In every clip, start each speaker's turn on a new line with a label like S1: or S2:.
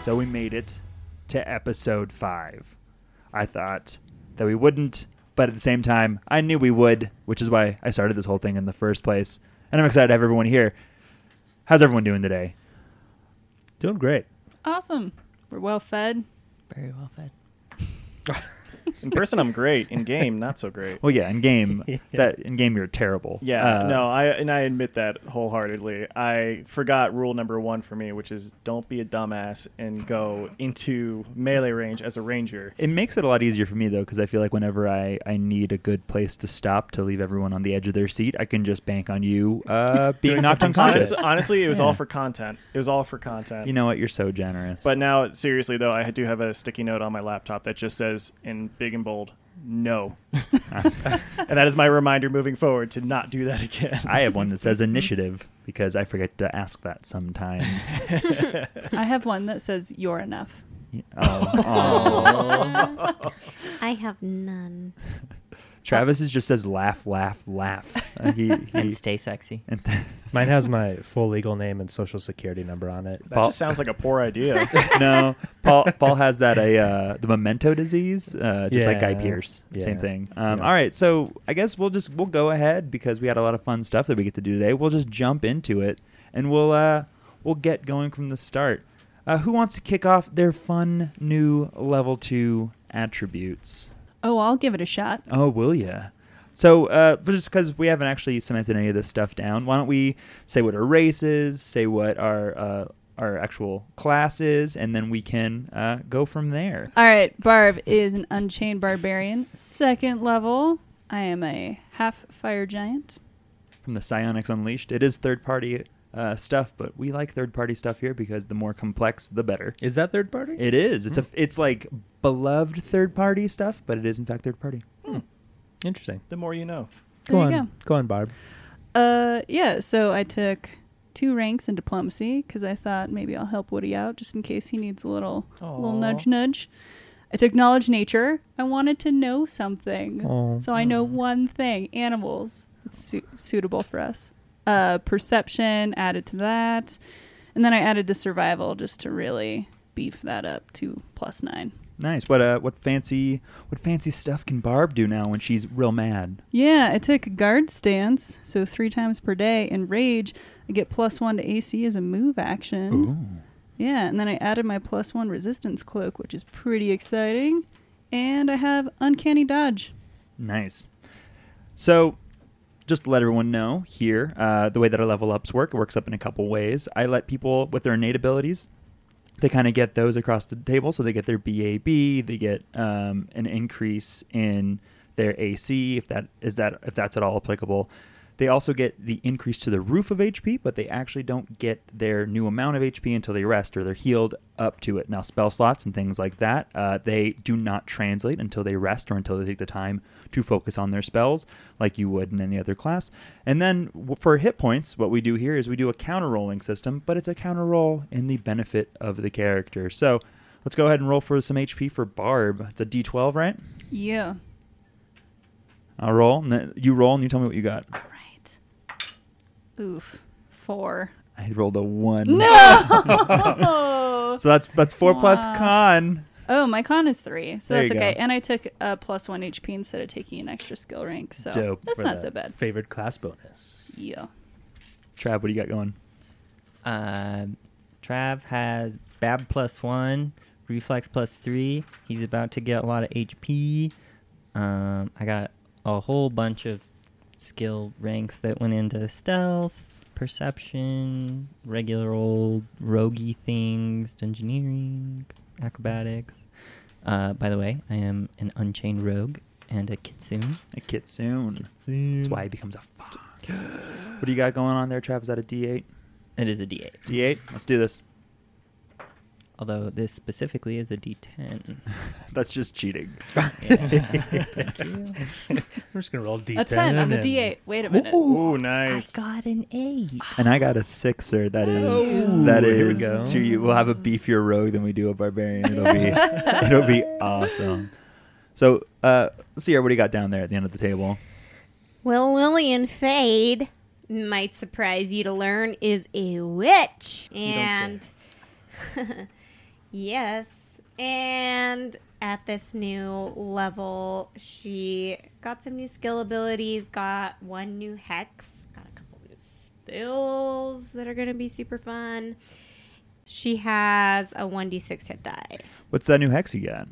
S1: So we made it to episode five. I thought that we wouldn't, but at the same time, I knew we would, which is why I started this whole thing in the first place. And I'm excited to have everyone here. How's everyone doing today?
S2: Doing great.
S3: Awesome. We're well fed.
S4: Very well fed.
S5: In person, I'm great. In game, not so great.
S1: Well, yeah, in game, that in game you're terrible.
S5: Yeah,
S1: Uh,
S5: no, I and I admit that wholeheartedly. I forgot rule number one for me, which is don't be a dumbass and go into melee range as a ranger.
S1: It makes it a lot easier for me though, because I feel like whenever I, I need a good place to stop to leave everyone on the edge of their seat, I can just bank on you uh, being knocked unconscious.
S5: Honest, honestly, it was all
S1: Yeah.
S5: for content. It was all for content.
S1: You know what? You're so generous.
S5: But now, seriously though, I do have a sticky note on my laptop that just says in big and bold, "No," and that is my reminder moving forward to not do that again.
S1: I have one that says initiative because I forget to ask that sometimes.
S3: I have one that says you're enough.
S1: oh,
S4: Aw.
S6: I have none.
S1: Travis is just says laugh, laugh, laugh. Uh, he, he,
S4: and stay sexy.
S1: and-
S2: Mine has my full legal name and social security number on it.
S5: That
S1: Paul-
S5: just sounds like a poor idea.
S1: no, Paul. Paul has that a uh, the memento disease, uh, just like Guy
S2: Yeah.
S1: Pierce. Same
S2: Yeah.
S1: thing. Um,
S2: Yeah.
S1: All right, so I guess we'll just we'll go ahead because we had a lot of fun stuff that we get to do today. We'll just jump into it and we'll uh, we'll get going from the start. Uh, who wants to kick off their fun new level two attributes?
S3: Oh, I'll give it a shot.
S1: Oh, will ya? So, uh, but just because we haven't actually cemented any of this stuff down, why don't we say what our race is, say what our uh, our actual class is, and then we can uh, go from there.
S3: All right, Barb is an unchained barbarian. Second level, I am a half fire giant.
S1: From the Psionics Unleashed, it is third party uh, stuff, but we like third party stuff here because the more complex, the better.
S2: Is that third party?
S1: It is. It's a. It's like beloved third party stuff, but it is in fact third party.
S2: Interesting.
S5: Hmm. the more you know.
S3: There
S2: go
S3: you
S2: on. Go on, Barb.
S3: Uh, yeah. So I took two ranks in diplomacy because I thought maybe I'll help Woody out just in case he needs a little little
S5: Aw.
S3: nudge nudge. I took knowledge nature. I wanted to know something,
S2: Aw.
S3: so I know one thing: animals. It's su- suitable for us. Uh, perception added to that, and then I added to survival just to really beef that up to plus nine.
S1: Nice. What uh, what fancy what fancy stuff can Barb do now when she's real mad?
S3: Yeah, I took guard stance, so three times per day, and rage. I get plus one to AC as a move action. Yeah, and then I added my plus one resistance cloak, which is pretty exciting. And I have uncanny dodge.
S1: Nice. So, just to let everyone know here, uh, the way that our level ups work, it works up in a couple ways. I let people with their innate abilities, they kind of get those across the table. So they get their BAB, they get um, an increase in their AC if that is that if that's at all applicable. They also get the increase to the roof of HP, but they actually don't get their new amount of HP until they rest or they're healed up to it. Now, spell slots and things like that, uh, they do not translate until they rest or until they take the time to focus on their spells, like you would in any other class. And then w- for hit points, what we do here is we do a counter rolling system, but it's a counter roll in the benefit of the character. So let's go ahead and roll for some HP for Barb. It's a d12, right?
S3: Yeah.
S1: I'll roll, and then you roll, and you tell me what you got.
S3: All right. Oof. Four.
S1: I rolled a one.
S3: No!
S1: So that's that's four plus
S3: Wow.
S1: con.
S3: oh, my con is three, so
S1: There
S3: that's
S1: you
S3: okay.
S1: go.
S3: And I took a plus one HP instead of taking an extra skill rank, so
S1: Dope
S3: that's
S2: For
S3: not
S2: the
S3: so bad.
S2: Favored class bonus.
S3: Yeah.
S1: Trav, what do you got going?
S4: Um, Trav has Bab plus one, Reflex plus three. He's about to get a lot of HP. Um, I got a whole bunch of skill ranks that went into stealth, perception, regular old roguey things, dungeoneering, acrobatics. Uh, by the way, I am an unchained rogue and a kitsune.
S1: A kitsune. That's why he becomes a fox. what do you got going on there, Trav? Is that a D8?
S4: It is a D8.
S1: D8. Let's do this.
S4: Although this specifically is a D10.
S1: That's just cheating.
S4: you.
S2: I'm just gonna roll D10.
S3: A 10 on the
S2: and-
S3: D8. Wait a minute.
S5: Ooh, nice.
S4: got an eight.
S1: And I got a sixer. That is
S3: Nice.
S1: that
S2: Oh. Ooh, here we
S1: is
S2: go.
S1: to you. We'll have a beefier rogue than we do a barbarian. It'll be it'll be awesome. So uh let's see what do you got down there at the end of the table.
S6: Well, Lillian Fade might surprise you to learn is a witch,
S5: don't say.
S6: and Yes. And at this new level, she got some new skill abilities, got one new hex, got a couple new spells that are going to be super fun. She has a 1d6 hit die.
S1: What's that new hex you got?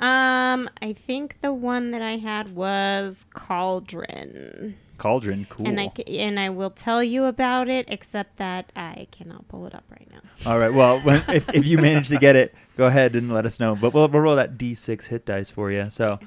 S6: Um, I think the one that I had was Cauldron.
S1: Cauldron, cool.
S6: And I, c- and I will tell you about it, except that I cannot pull it up right now.
S1: All right. Well, when, if, if you manage to get it, go ahead and let us know. But we'll, we'll roll that d6 hit dice for you. So,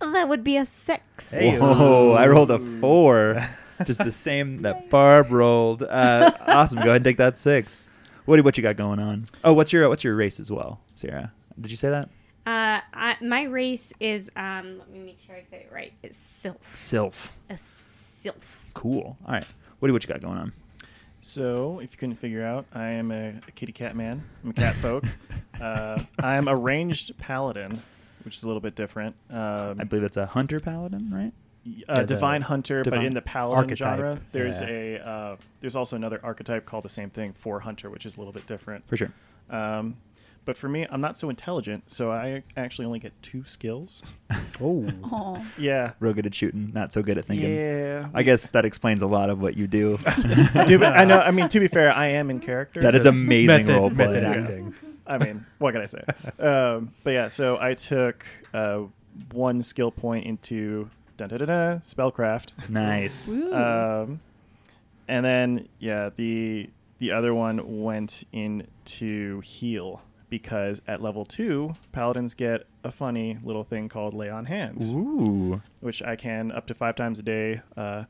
S6: That would be a six.
S1: whoa, I rolled a four, just the same that Barb rolled. Uh, awesome. Go ahead and take that six. What do- what you got going on? Oh, what's your what's your race as well, Sarah? Did you say that?
S6: Uh, I, my race is um. Let me make sure I say it right. It's sylph.
S1: Sylph.
S6: A sylph.
S1: Cool. All right. What do what you got going on?
S5: So, if you couldn't figure out, I am a, a kitty cat man. I'm a cat folk. uh, I'm a ranged paladin, which is a little bit different. Um,
S1: I believe that's a hunter paladin, right?
S5: uh,
S2: Yeah, the
S5: divine hunter,
S1: divine
S5: but in the paladin
S2: archetype.
S5: genre, there's
S2: Yeah.
S5: a uh, there's also another archetype called the same thing for hunter, which is a little bit different.
S1: For sure.
S5: Um, but for me, I'm not so intelligent, so I actually only get two skills.
S1: Oh.
S3: Oh,
S5: Yeah,
S1: Real good at shooting, not so good at thinking.
S5: yeah.
S1: I guess that explains a lot of what you do.
S5: Stupid. I know. I mean, to be fair, I am in character.
S1: That
S5: so-
S1: is amazing
S2: method,
S1: role play.
S2: method acting.
S5: I mean, what can I say? Um, but yeah, so I took uh, one skill point into dun dun dun dun, spellcraft,
S1: Nice.
S3: Woo.
S5: um, and then yeah, the the other one went into heal because at level two, paladins get a funny little thing called lay on hands,
S1: Ooh.
S5: which I can up to five times a day uh,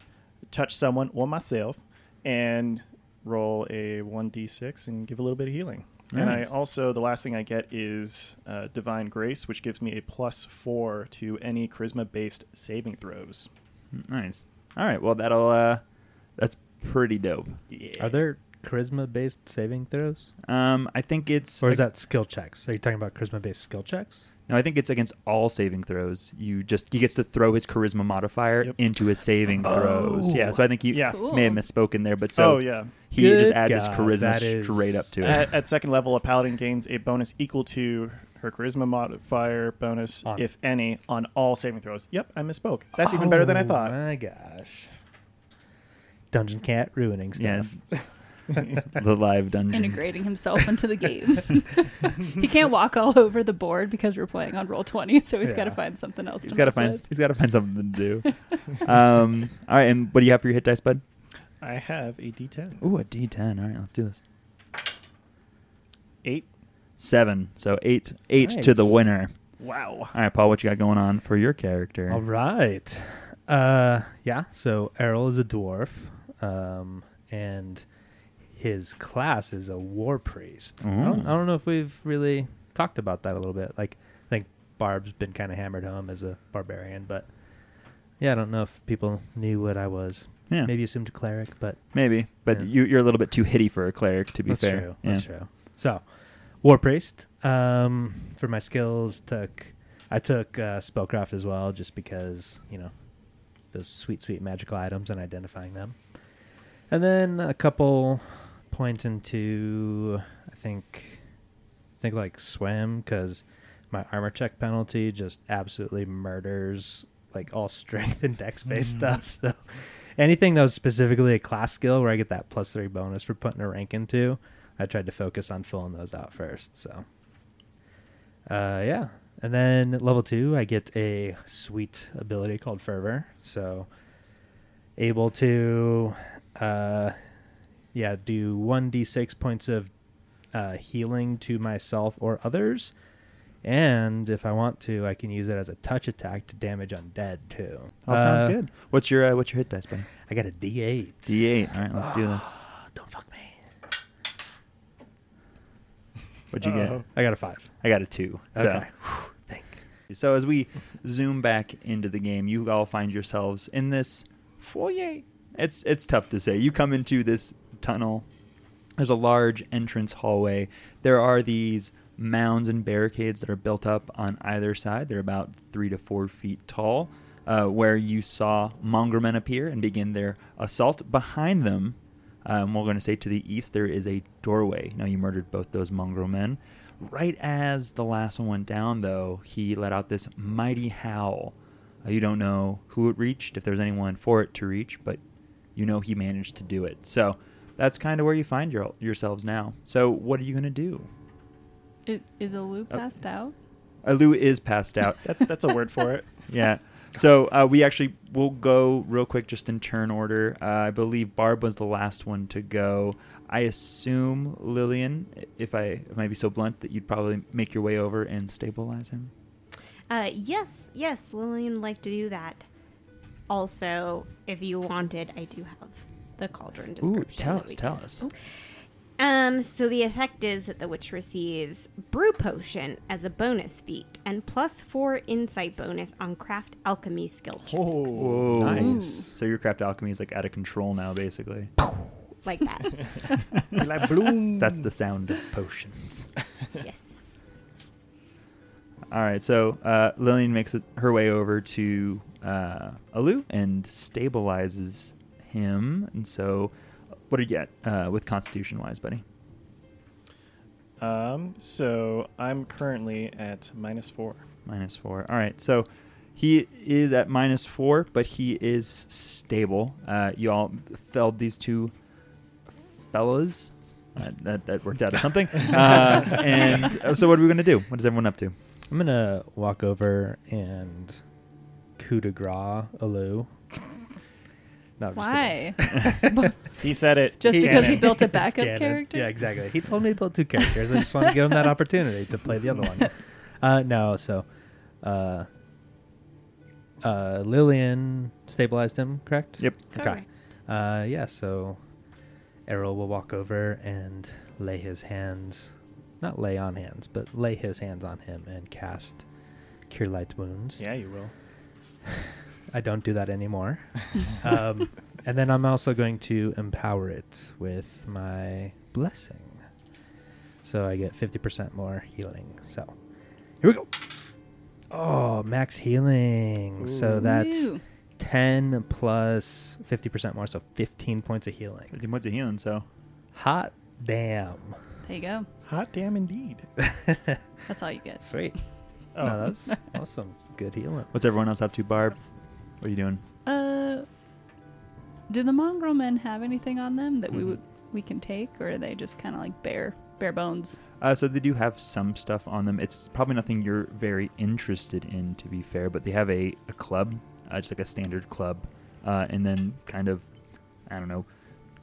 S5: touch someone or myself and roll a 1d6 and give a little bit of healing. And I
S1: Nice.
S5: also, the last thing I get is uh, Divine Grace, which gives me a plus four to any charisma based saving throws.
S1: Nice. All right. Well, that'll. uh That's pretty dope.
S5: Yeah.
S2: Are there charisma based saving throws?
S1: Um, I think it's.
S2: Or is that skill checks? Are you talking about charisma based skill checks?
S1: No, I think it's against all saving throws. You just he gets to throw his charisma modifier
S5: Yep.
S1: into his saving throws. Yeah. So I think you
S5: Yeah.
S1: may have misspoken there, but so
S5: oh, yeah.
S1: he
S2: Good
S1: just adds his
S2: God,
S1: charisma
S2: that is-
S1: straight up to it.
S5: At, at second level, a paladin gains a bonus equal to her charisma modifier bonus,
S2: On-
S5: if any, on all saving throws. Yep, I misspoke. That's even better than I
S2: Oh
S5: thought.
S2: My gosh. Dungeon cat ruining
S1: yeah.
S2: stuff.
S1: the live dungeon.
S3: integrating himself into the game. he can't walk all over the board because we're playing on roll twenty, so he's got to
S2: Yeah.
S3: find something else.
S1: He's
S3: to
S1: got to
S3: mess
S1: find.
S3: with.
S1: He's got to find something to do. um, all right, and what do you have for your hit dice, bud?
S5: I have a d10.
S1: Ooh, a D10. All right, let's do this.
S5: Eight.
S1: Seven. So eight. Eight to the
S2: Nice.
S1: winner.
S5: Wow.
S1: All right, Paul, what you got going on for your character?
S2: All right. Uh, yeah. So Errol is a dwarf, um, and his class is a war priest. I,
S1: Mm.
S2: don't, I don't know if we've really talked about that a little bit. Like, I think Barb's been kind of hammered home as a barbarian, but yeah, I don't know if people knew what I was.
S1: Yeah.
S2: Maybe assumed cleric, but
S1: Maybe, but
S2: Yeah.
S1: you, you're a little bit too hitty for a cleric, to be
S2: that's
S1: fair.
S2: True.
S1: Yeah.
S2: That's true. So, War Priest. Um, for my skills, took I took uh, spellcraft as well, just because you know those sweet, sweet magical items and identifying them. And then a couple points into I think I think like swim because my armor check penalty just absolutely murders like all strength and dex based stuff. So anything that was specifically a class skill where I get that plus three bonus for putting a rank into, I tried to focus on filling those out first. So uh, yeah. And then at level two, I get a sweet ability called Fervor. So able to, uh, yeah, do 1d6 points of uh, healing to myself or others. And if I want to, I can use it as a touch attack to damage undead too.
S1: All Oh, sounds
S2: Uh,
S1: good. What's your uh, what's your hit dice, buddy?
S2: I got a D8.
S1: D8. All right, let's do this.
S2: Don't fuck me.
S1: What'd you
S5: Uh-oh.
S1: get?
S2: I got a five.
S1: I got a two. So.
S2: Okay. Whew, thank.
S1: So as we zoom back into the game, you all find yourselves in this foyer. It's it's tough to say. You come into this tunnel. There's a large entrance hallway. There are these mounds and barricades that are built up on either side. They're about three to four feet tall. Uh, where you saw mongrel men appear and begin their assault. Behind them, Um, we're going to say to the east there is a doorway. Now you murdered both those mongrel men. Right as the last one went down, though, he let out this mighty howl. Uh, you don't know who it reached, if there was anyone for it to reach, but you know he managed to do it. So that's kind of where you find your, yourselves now. So what are you going to do?
S3: Is, is Alu
S1: Oh.
S3: passed out?
S1: Alu is passed out.
S5: That, that's a word for it.
S1: yeah. So uh, we actually we'll go real quick, just in turn order. Uh, I believe Barb was the last one to go. I assume Lillian, i- if I if I might be so blunt, that you'd probably make your way over and stabilize him.
S6: Uh, yes, yes, Lillian would like to do that. Also, if you wanted, I do have the cauldron description.
S1: Ooh, tell
S6: that
S1: us,
S6: we
S1: tell
S6: can-
S1: us.
S6: Um, so the effect is that the witch receives brew potion as a bonus feat and plus four insight bonus on craft alchemy skill checks,
S1: Whoa.
S2: Nice.
S1: So your craft alchemy is like out of control now, basically.
S6: like that.
S5: Like bloom.
S1: That's the sound of potions.
S6: yes.
S1: All right, so uh, Lillian makes it, her way over to uh, Alu and stabilizes him. And so, what did you get uh, with Constitution wise, buddy?
S5: Um, so I'm currently at minus four.
S1: Minus four. All right, so he is at minus four, but he is stable. Uh, you all felled these two fellas. Uh, that, that worked out as something. uh, and uh, so, what are we going to do? What is everyone up to?
S2: I'm gonna walk over and coup de grace Alu. No, I'm just kidding.
S3: Why? But
S5: He said it.
S3: Just
S5: He
S3: because
S5: said
S3: he
S5: it.
S3: built a
S2: It's
S3: backup
S2: canon.
S3: character?
S2: Yeah, exactly. He told me to build two characters. I just want to give him that opportunity to play the other one. Uh, no, so uh, uh, Lillian stabilized him, correct?
S1: Yep.
S6: Correct.
S2: Uh, yeah, so Errol will walk over and lay his hands, not lay on hands, but lay his hands on him and cast Cure Light Wounds.
S5: Yeah, you will.
S2: I don't do that anymore. um, and then I'm also going to empower it with my blessing. So I get 50% more healing. So here we go. Oh, max healing. So
S5: Ooh.
S2: that's
S3: Ooh.
S2: 10 plus 50% more. So 15 points of healing.
S1: 15 points of healing, so.
S2: Hot damn.
S3: There you go.
S5: Hot damn indeed.
S3: That's all you get.
S2: Sweet.
S5: Oh.
S2: No, that's awesome. Good healing.
S1: What's everyone else up to, Barb? What are you doing?
S3: Uh, do the mongrel men have anything on them that we
S1: Mhm.
S3: would we can take, or are they just kind of like bare bare bones?
S1: Uh, so they do have some stuff on them. It's probably nothing you're very interested in, to be fair. But they have a, a club, uh, just like a standard club, uh, and then kind of, I don't know,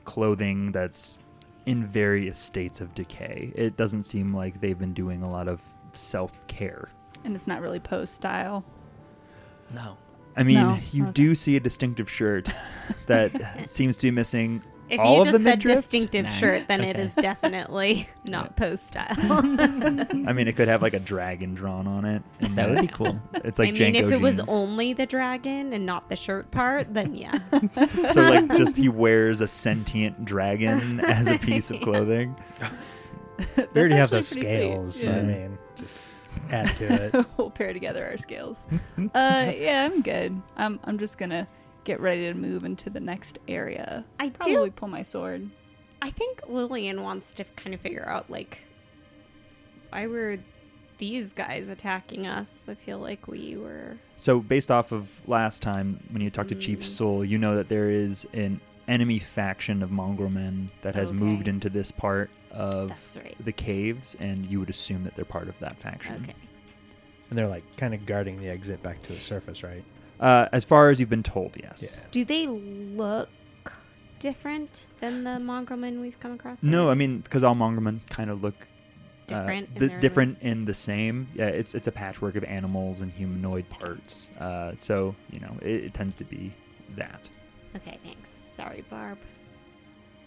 S1: clothing that's in various states of decay. It doesn't seem like they've been doing a lot of self care.
S3: And it's not really pose style.
S1: No. I mean,
S3: No,
S1: you
S3: okay.
S1: do see a distinctive shirt that seems to be missing
S6: If
S1: all
S6: you
S1: of
S6: just
S1: the
S6: said
S1: midriff.
S6: distinctive
S4: Nice.
S6: shirt, then it
S4: Okay.
S6: is definitely not post style.
S1: I mean, it could have like a dragon drawn on it. and
S4: That would be cool.
S1: It's like
S6: I mean, if
S1: Janko
S6: it was
S1: jeans.
S6: only the dragon and not the shirt part, then yeah.
S1: So like just he wears a sentient dragon as a piece of clothing.
S3: That's
S2: We already have those
S3: actually pretty sweet.
S2: scales. So I
S1: Yeah.
S2: mean, just add to it.
S3: we'll pair together our scales. uh, yeah, I'm good. I'm I'm just gonna get ready to move into the next area.
S6: I
S3: Probably
S6: do.
S3: pull my sword.
S6: I think Lillian wants to kind of figure out like why were these guys attacking us? I feel like we were.
S1: So based off of last time when you talked to
S6: Mm.
S1: Chief Soul, you know that there is an enemy faction of mongrel men that has moved
S6: Okay.
S1: into this part of
S6: That's right.
S1: the caves and you would assume that they're part of that faction.
S6: Okay.
S2: And they're like kind of guarding the exit back to the surface, right?
S1: Uh, as far as you've been told, yes.
S6: Do they look different than the mongrel men we've come across?
S1: No, I
S6: already?
S1: mean because all mongrel men kind of look uh,
S6: different. in
S1: the,
S6: their-
S1: different and the same. Yeah, it's it's a patchwork of animals and humanoid parts. Uh, so you know it, it tends to be that.
S6: Okay, thanks. Sorry, Barb.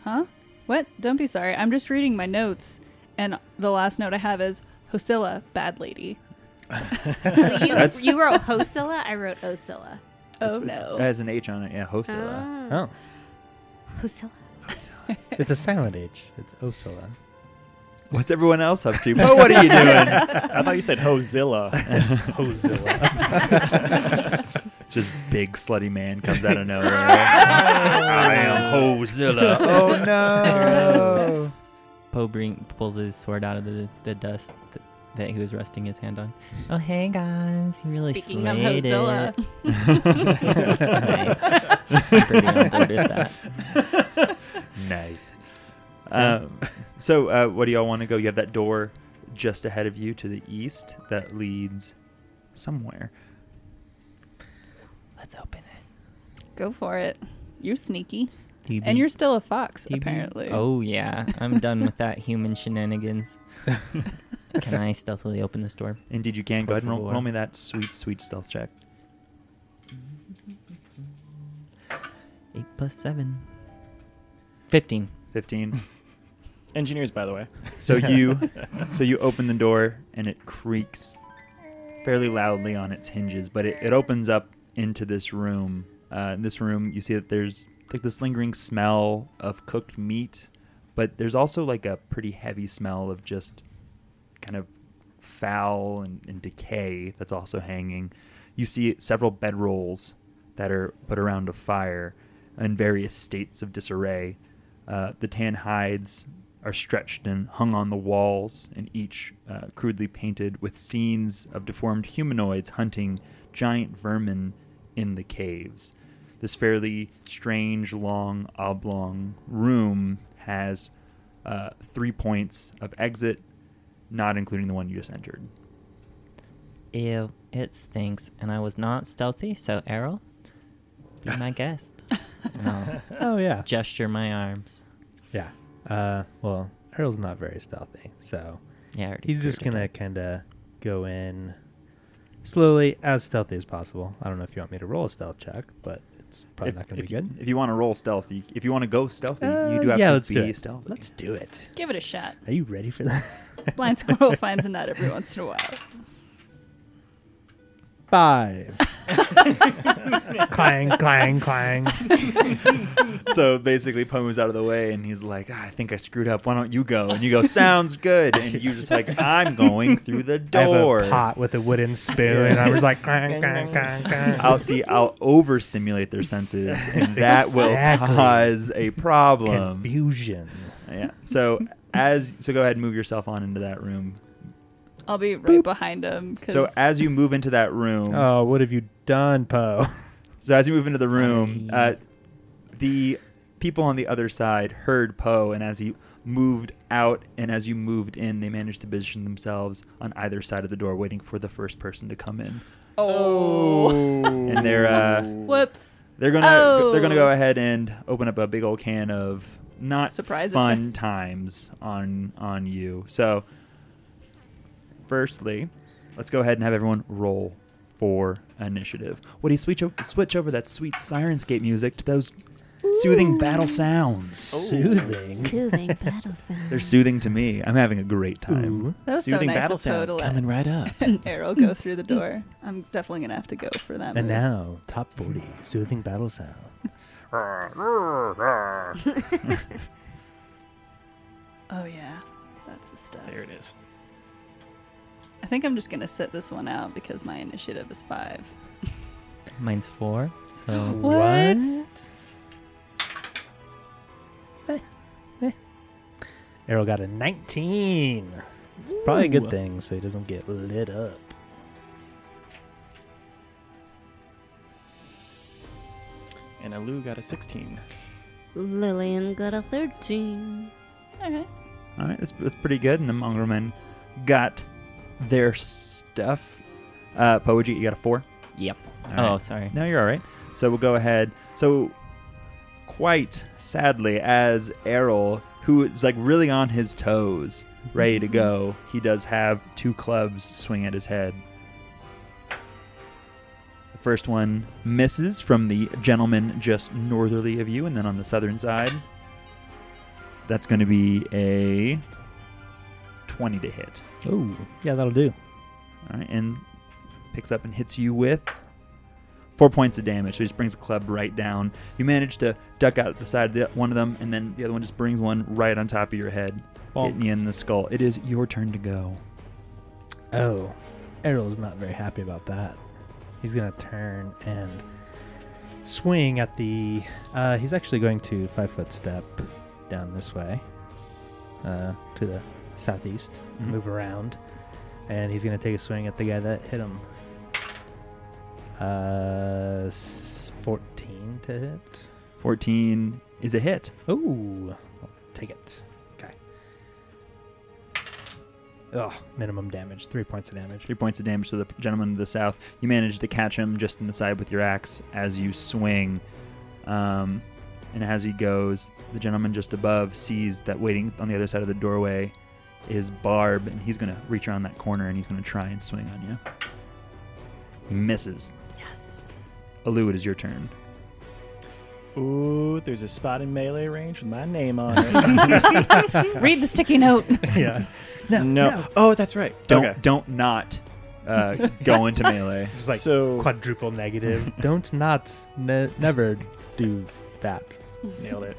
S3: Huh? What? Don't be sorry. I'm just reading my notes, and the last note I have is Hosilla, bad lady.
S6: Oh, you,
S1: That's-
S6: you wrote Hosilla. I wrote Osilla.
S3: Oh
S1: That's what-
S3: no.
S1: It has an H on it. Yeah, Hosilla.
S6: Oh.
S2: Oh,
S6: Hosilla.
S2: it's a silent H. It's Osala.
S1: What's everyone else up to? But what are you doing?
S5: I thought you said Hozilla.
S2: Ozilla.
S1: Just big slutty man comes out of nowhere. I am Hozilla. Oh no.
S4: Poe bring, pulls his sword out of the, the dust th- that he was resting his hand on. Oh, hey guys, you really
S6: Speaking of
S4: slayed
S6: Hozilla,
S4: it. nice. Pretty on board with that.
S1: nice. Um, so, uh, what do y'all want to go? You have that door just ahead of you to the east that leads somewhere.
S4: Let's open it.
S3: Go for it. You're sneaky.
S4: Do you
S3: And
S4: be-
S3: you're still a fox,
S4: do you be-
S3: apparently.
S4: Oh yeah, I'm done with that human shenanigans. Can I stealthily open this door?
S1: Indeed, you can. Go ahead and roll,
S4: Hopefully.
S1: roll me that sweet, sweet stealth check.
S4: Eight plus seven. Fifteen.
S1: 15.
S5: Engineers, by the way.
S1: So you so you open the door and it creaks fairly loudly on its hinges, but it, it opens up into this room. Uh, in this room, you see that there's like this lingering smell of cooked meat, but there's also like a pretty heavy smell of just kind of foul and, and decay that's also hanging. You see several bedrolls that are put around a fire in various states of disarray. Uh, the tan hides are stretched and hung on the walls, and each uh, crudely painted with scenes of deformed humanoids hunting giant vermin in the caves. This fairly strange, long, oblong room has uh, three points of exit, not including the one you just entered.
S4: Ew, it stinks. And I was not stealthy, so Errol, be my guest. And I'll
S2: Oh yeah.
S4: gesture my arms.
S2: Yeah. Uh, well, Earl's not very stealthy, so
S4: Yeah, I already
S2: he's just
S4: screwed
S2: gonna
S4: it
S2: kind of go in slowly, as stealthy as possible. I don't know if you want me to roll a stealth check, but it's probably
S1: If-
S2: not gonna
S1: if
S2: be
S1: you-
S2: good.
S1: If you want to roll stealthy, if you want to go stealthy, you
S2: Uh,
S1: do have
S2: yeah,
S1: to
S2: let's
S1: be
S2: do it.
S1: stealthy.
S2: Let's do it.
S3: Give it a shot.
S2: Are you ready for that?
S3: Blind squirrel finds a nut every once in a while.
S2: Five. clang, clang, clang.
S1: so basically, Poe moves out of the way, and he's like, "Ah, "I think I screwed up. Why don't you go?" And you go, "Sounds good." And you just like, "I'm going through the
S2: I have
S1: door."
S2: a pot with a wooden spoon, and I was like, clang, clang, clang, clang.
S1: I'll see. I'll overstimulate their senses, and that
S2: Exactly.
S1: will cause a problem.
S2: Confusion.
S1: Yeah. So as so, go ahead and move yourself on into that room.
S3: I'll be right behind him. 'cause-
S1: So as you move into that room,
S2: Oh, what have you done, Poe?
S1: So as you move into the room, uh,
S4: Sorry.
S1: the people on the other side heard Poe, and as he moved out and as you moved in, they managed to position themselves on either side of the door, waiting for the first person to come in.
S3: oh,
S1: And they're uh,
S3: whoops.
S1: they're gonna
S3: Oh.
S1: they're gonna go ahead and open up a big old can of not
S3: Surprise
S1: fun times on on you. So, firstly, let's go ahead and have everyone roll for initiative. Woody, switch o- switch over that sweet Sirenscape music to those soothing battle sounds.
S3: Oh.
S2: Soothing.
S6: soothing battle sound.
S1: They're soothing to me. I'm having a great time.
S2: Ooh.
S3: That was
S5: Soothing
S3: so nice
S5: battle
S3: of Poe
S5: sounds
S3: to let
S5: coming right up.
S3: an arrow go through the door. I'm definitely gonna have to go for that.
S2: And
S3: move.
S2: now, top 40, soothing battle sound.
S3: Oh yeah, that's the stuff.
S5: There it is.
S3: I think I'm just gonna sit this one out because my initiative is five.
S4: down. Mine's four. So
S3: What?
S2: Errol got a 19. It's probably a
S4: Ooh.
S2: good thing so he doesn't get lit up.
S5: And Alu got a 16.
S6: Lillian got a 13.
S3: All right.
S1: All right, that's, that's pretty good. And the Mongrelmen got their stuff. Uh, Poe, what'd you get? you got a four.
S4: yep.
S1: All
S4: oh,
S1: right.
S4: sorry.
S1: No, you're all right. So we'll go ahead. So, quite sadly, as Errol, who is like really on his toes, ready
S4: Mm-hmm.
S1: to go, he does have two clubs swing at his head. The first one misses from the gentleman just northerly of you, and then on the southern side, that's going to be a 20 to hit.
S2: Oh, yeah, that'll do.
S1: All right, and picks up and hits you with four points of damage. So he just brings the club right down. You manage to duck out the side of the, one of them, and then the other one just brings one right on top of your head,
S2: Bonk.
S1: hitting you in the skull. It is your turn to go.
S2: Oh, Errol's not very happy about that. He's gonna turn and swing at the. Uh, he's actually going to five foot step down this way uh, to the southeast,
S1: Mhm.
S2: move around, and he's gonna take a swing at the guy that hit him. Uh, s- fourteen to hit.
S1: 14 is a hit.
S2: Ooh, I'll take it. Okay. Oh, minimum damage, three points of damage.
S1: Three points of damage to the gentleman to the south. You manage to catch him just in the side with your axe as you swing. Um, and as he goes, the gentleman just above sees that waiting on the other side of the doorway is Barb, and he's going to reach around that corner and he's going to try and swing on you. He misses.
S6: Yes.
S1: Alu, it is your turn.
S5: Ooh, there's a spot in melee range with my name on it.
S3: Read the sticky note.
S2: yeah.
S5: no, Oh, that's right.
S1: Don't
S5: Okay.
S1: don't not uh, go into melee.
S2: Just like
S5: so
S2: quadruple negative. Don't not ne- never do that.
S5: Nailed it.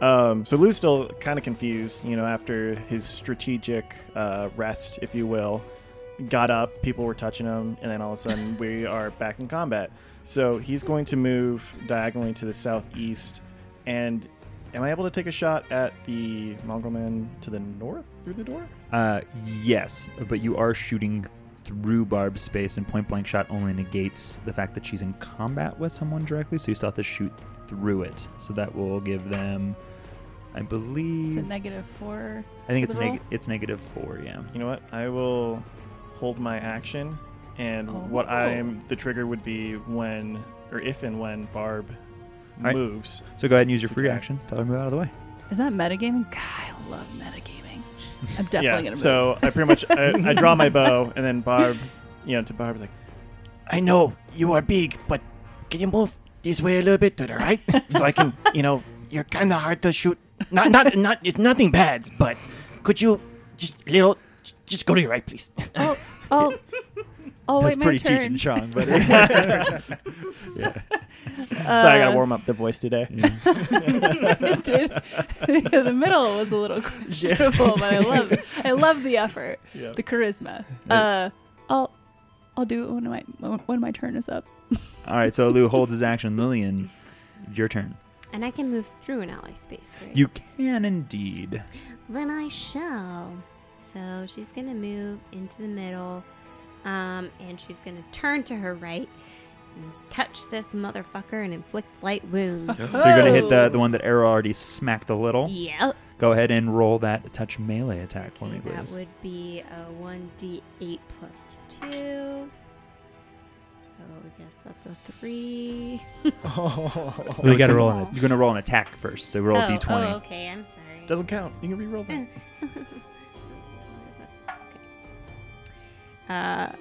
S5: Um, so Lou's still kind of confused, you know, after his strategic uh, rest, if you will. Got up, people were touching him, and then all of a sudden we are back in combat. So he's going to move diagonally to the southeast. And am I able to take a shot at the Mongolman to the north through the door?
S1: Uh, yes, but you are shooting through Barb's space, and point blank shot only negates the fact that she's in combat with someone directly, so you still have to shoot through it. So that will give them, I
S3: it's
S1: believe,
S3: a negative four.
S1: I think it's
S3: to the
S1: neg-
S3: roll?
S1: it's negative four. Yeah.
S5: You know what? I will hold my action, and what
S3: Oh.
S5: I'm the trigger would be when, or if and when Barb
S1: right.
S5: moves.
S1: So go ahead and use your
S5: It's
S1: free
S5: attack.
S1: action. Tell her to move out of the way.
S3: Is that metagaming? God, I love metagaming. I'm definitely
S5: yeah,
S3: gonna move.
S5: So I pretty much I, I draw my bow, and then Barb, you know, to Barb like, I know you are big, but can you move this way a little bit to the right so I can, you know, you're kind of hard to shoot. Not not not. It's nothing bad, but could you just little just go to your right, please?
S3: oh, oh, oh,
S1: That's
S3: wait, my
S1: pretty
S3: turn.
S1: Cheech and Chong, but
S5: Sorry, I gotta
S3: Um,
S5: warm up the voice today.
S3: Dude, the middle was a little questionable, but I love I love the effort,
S5: Yeah.
S3: the charisma. Uh, I'll I'll do it when my when my turn is up.
S1: all right. So Lou holds his action. Lillian, your turn.
S6: And I can move through an ally space, right?
S1: You can indeed.
S6: Then I shall. So she's going to move into the middle, um, and she's going to turn to her right and touch this motherfucker and inflict light wounds.
S1: So you're gonna hit
S3: Oh.
S1: the the one that arrow already smacked a little.
S6: yep.
S1: Go ahead and roll that touch melee attack for me,
S6: Okay, that
S1: please.
S6: would be a 1d8 plus 2. So I guess that's a 3.
S1: No,
S2: we
S1: it's
S2: got to
S1: gonna-
S2: roll on it.
S1: You're gonna roll an attack first, so roll
S6: oh,
S1: a d20.
S6: oh, okay, I'm sorry.
S5: Doesn't count. You can reroll
S3: Eh,
S5: that.
S6: uh,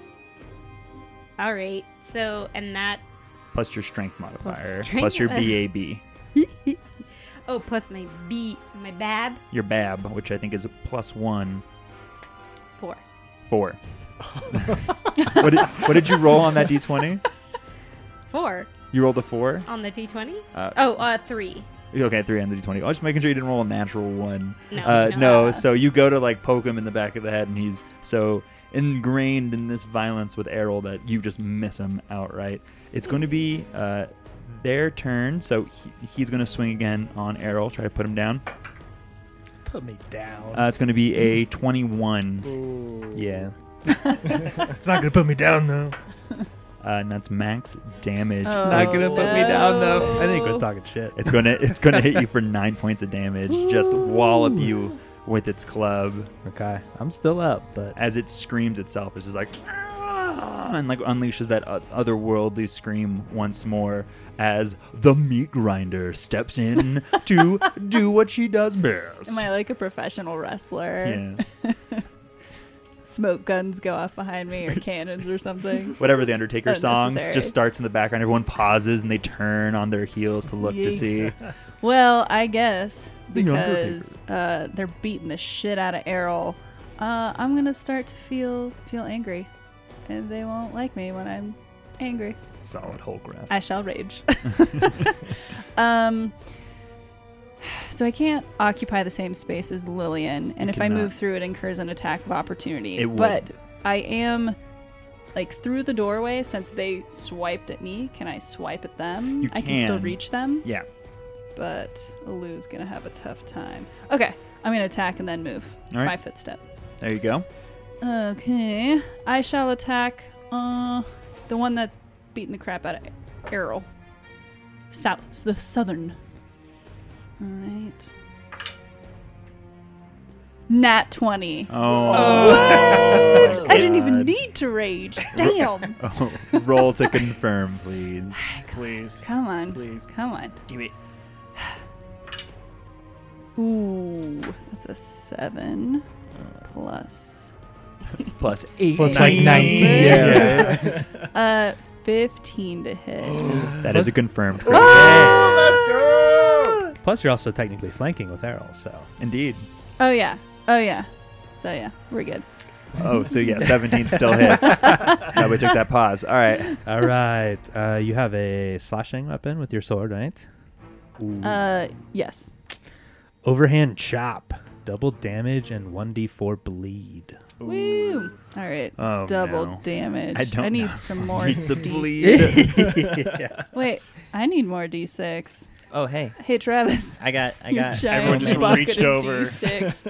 S6: all right. So, and that.
S1: Plus your strength modifier, plus,
S6: strength
S1: your
S6: mod-
S1: BAB,
S6: Oh, plus my B, my bab,
S1: your BAB, which I think is a plus one
S6: four.
S1: four. what, did, what did you roll on that d20?
S6: Four
S1: You rolled a four.
S6: on the D20?
S1: Uh,
S6: Oh, uh, three.
S1: Okay, three on the d20. I was just making sure you didn't roll a natural one.
S6: No,
S1: uh,
S6: no.
S1: no. So you go to like poke him in the back of the head, and he's so ingrained in this violence with Errol that you just miss him outright. It's going to be uh, their turn, so he, he's going to swing again on Errol, try to put him down.
S2: Put me down.
S1: Uh, it's going to be a 21,
S2: yeah. it's not gonna put me down though.
S1: uh, and that's max damage.
S3: Oh,
S2: Not gonna put me down though. I think
S3: no.
S2: we're talking shit.
S1: It's going to it's going to hit you for nine points of damage. Just wallop you with its club
S2: Okay, I'm still up, but
S1: as it screams itself. It's just like "Ah!" and like unleashes that o- otherworldly scream once more as the meat grinder steps in to do what she does best.
S3: Am I like a professional wrestler?
S1: yeah.
S3: Smoke guns go off behind me or cannons or something.
S1: whatever the Undertaker songs
S3: Unnecessary.
S1: just starts in the background. Everyone pauses and they turn on their heels to look to
S3: Yikes.
S1: see.
S3: Well, I guess
S1: The Undertaker.
S3: because uh, they're beating the shit out of Errol, uh, I'm gonna start to feel feel angry, and they won't like me when I'm angry.
S1: Solid whole graph.
S3: I shall rage. um, so I can't occupy the same space as Lillian, and
S1: You
S3: if I move
S1: cannot.
S3: through, it incurs an attack of opportunity.
S1: It would.
S3: But I am like through the doorway since they swiped at me. Can I swipe at them?
S1: You
S3: I can still
S1: can.
S3: reach them,
S1: Yeah.
S3: but Alu's gonna have a tough time. Okay, I'm gonna attack and then move.
S1: All right.
S3: Five foot step.
S1: There you go.
S3: Okay, I shall attack uh the one that's beating the crap out of Errol. South, the southern. All right. Nat twenty.
S1: Oh.
S3: What? I didn't even need to rage. Damn.
S1: Oh, roll to confirm, please.
S5: Please.
S3: Come on.
S5: Please.
S3: Come on.
S5: Give it.
S3: Ooh, that's a seven
S1: Uh.
S3: plus
S1: Plus eight.
S2: Plus like 19.
S3: Yeah.
S1: Yeah.
S3: uh fifteen to hit.
S1: that is a confirmed. crit.
S2: Plus, you're also technically flanking with Errol, so
S1: Indeed.
S3: Oh yeah. Oh yeah. So yeah, we're good.
S1: Oh, so yeah, 17 still hits. no, we took that pause. All right.
S2: all right. Uh, you have a slashing weapon with your sword, right?
S3: Uh yes.
S2: Overhand chop, double damage, and one d4 bleed.
S3: Woo! All right.
S1: Oh,
S3: Double
S1: no.
S3: damage.
S1: I don't
S3: need
S1: know.
S3: some more
S1: Need the
S3: D6.
S1: bleed.
S3: Wait, I need more d6.
S4: Oh hey,
S3: Hey Travis.
S4: I got I
S3: your
S4: got
S3: giant
S5: Everyone just
S3: bucket
S5: reached
S3: of
S5: over.
S3: D6.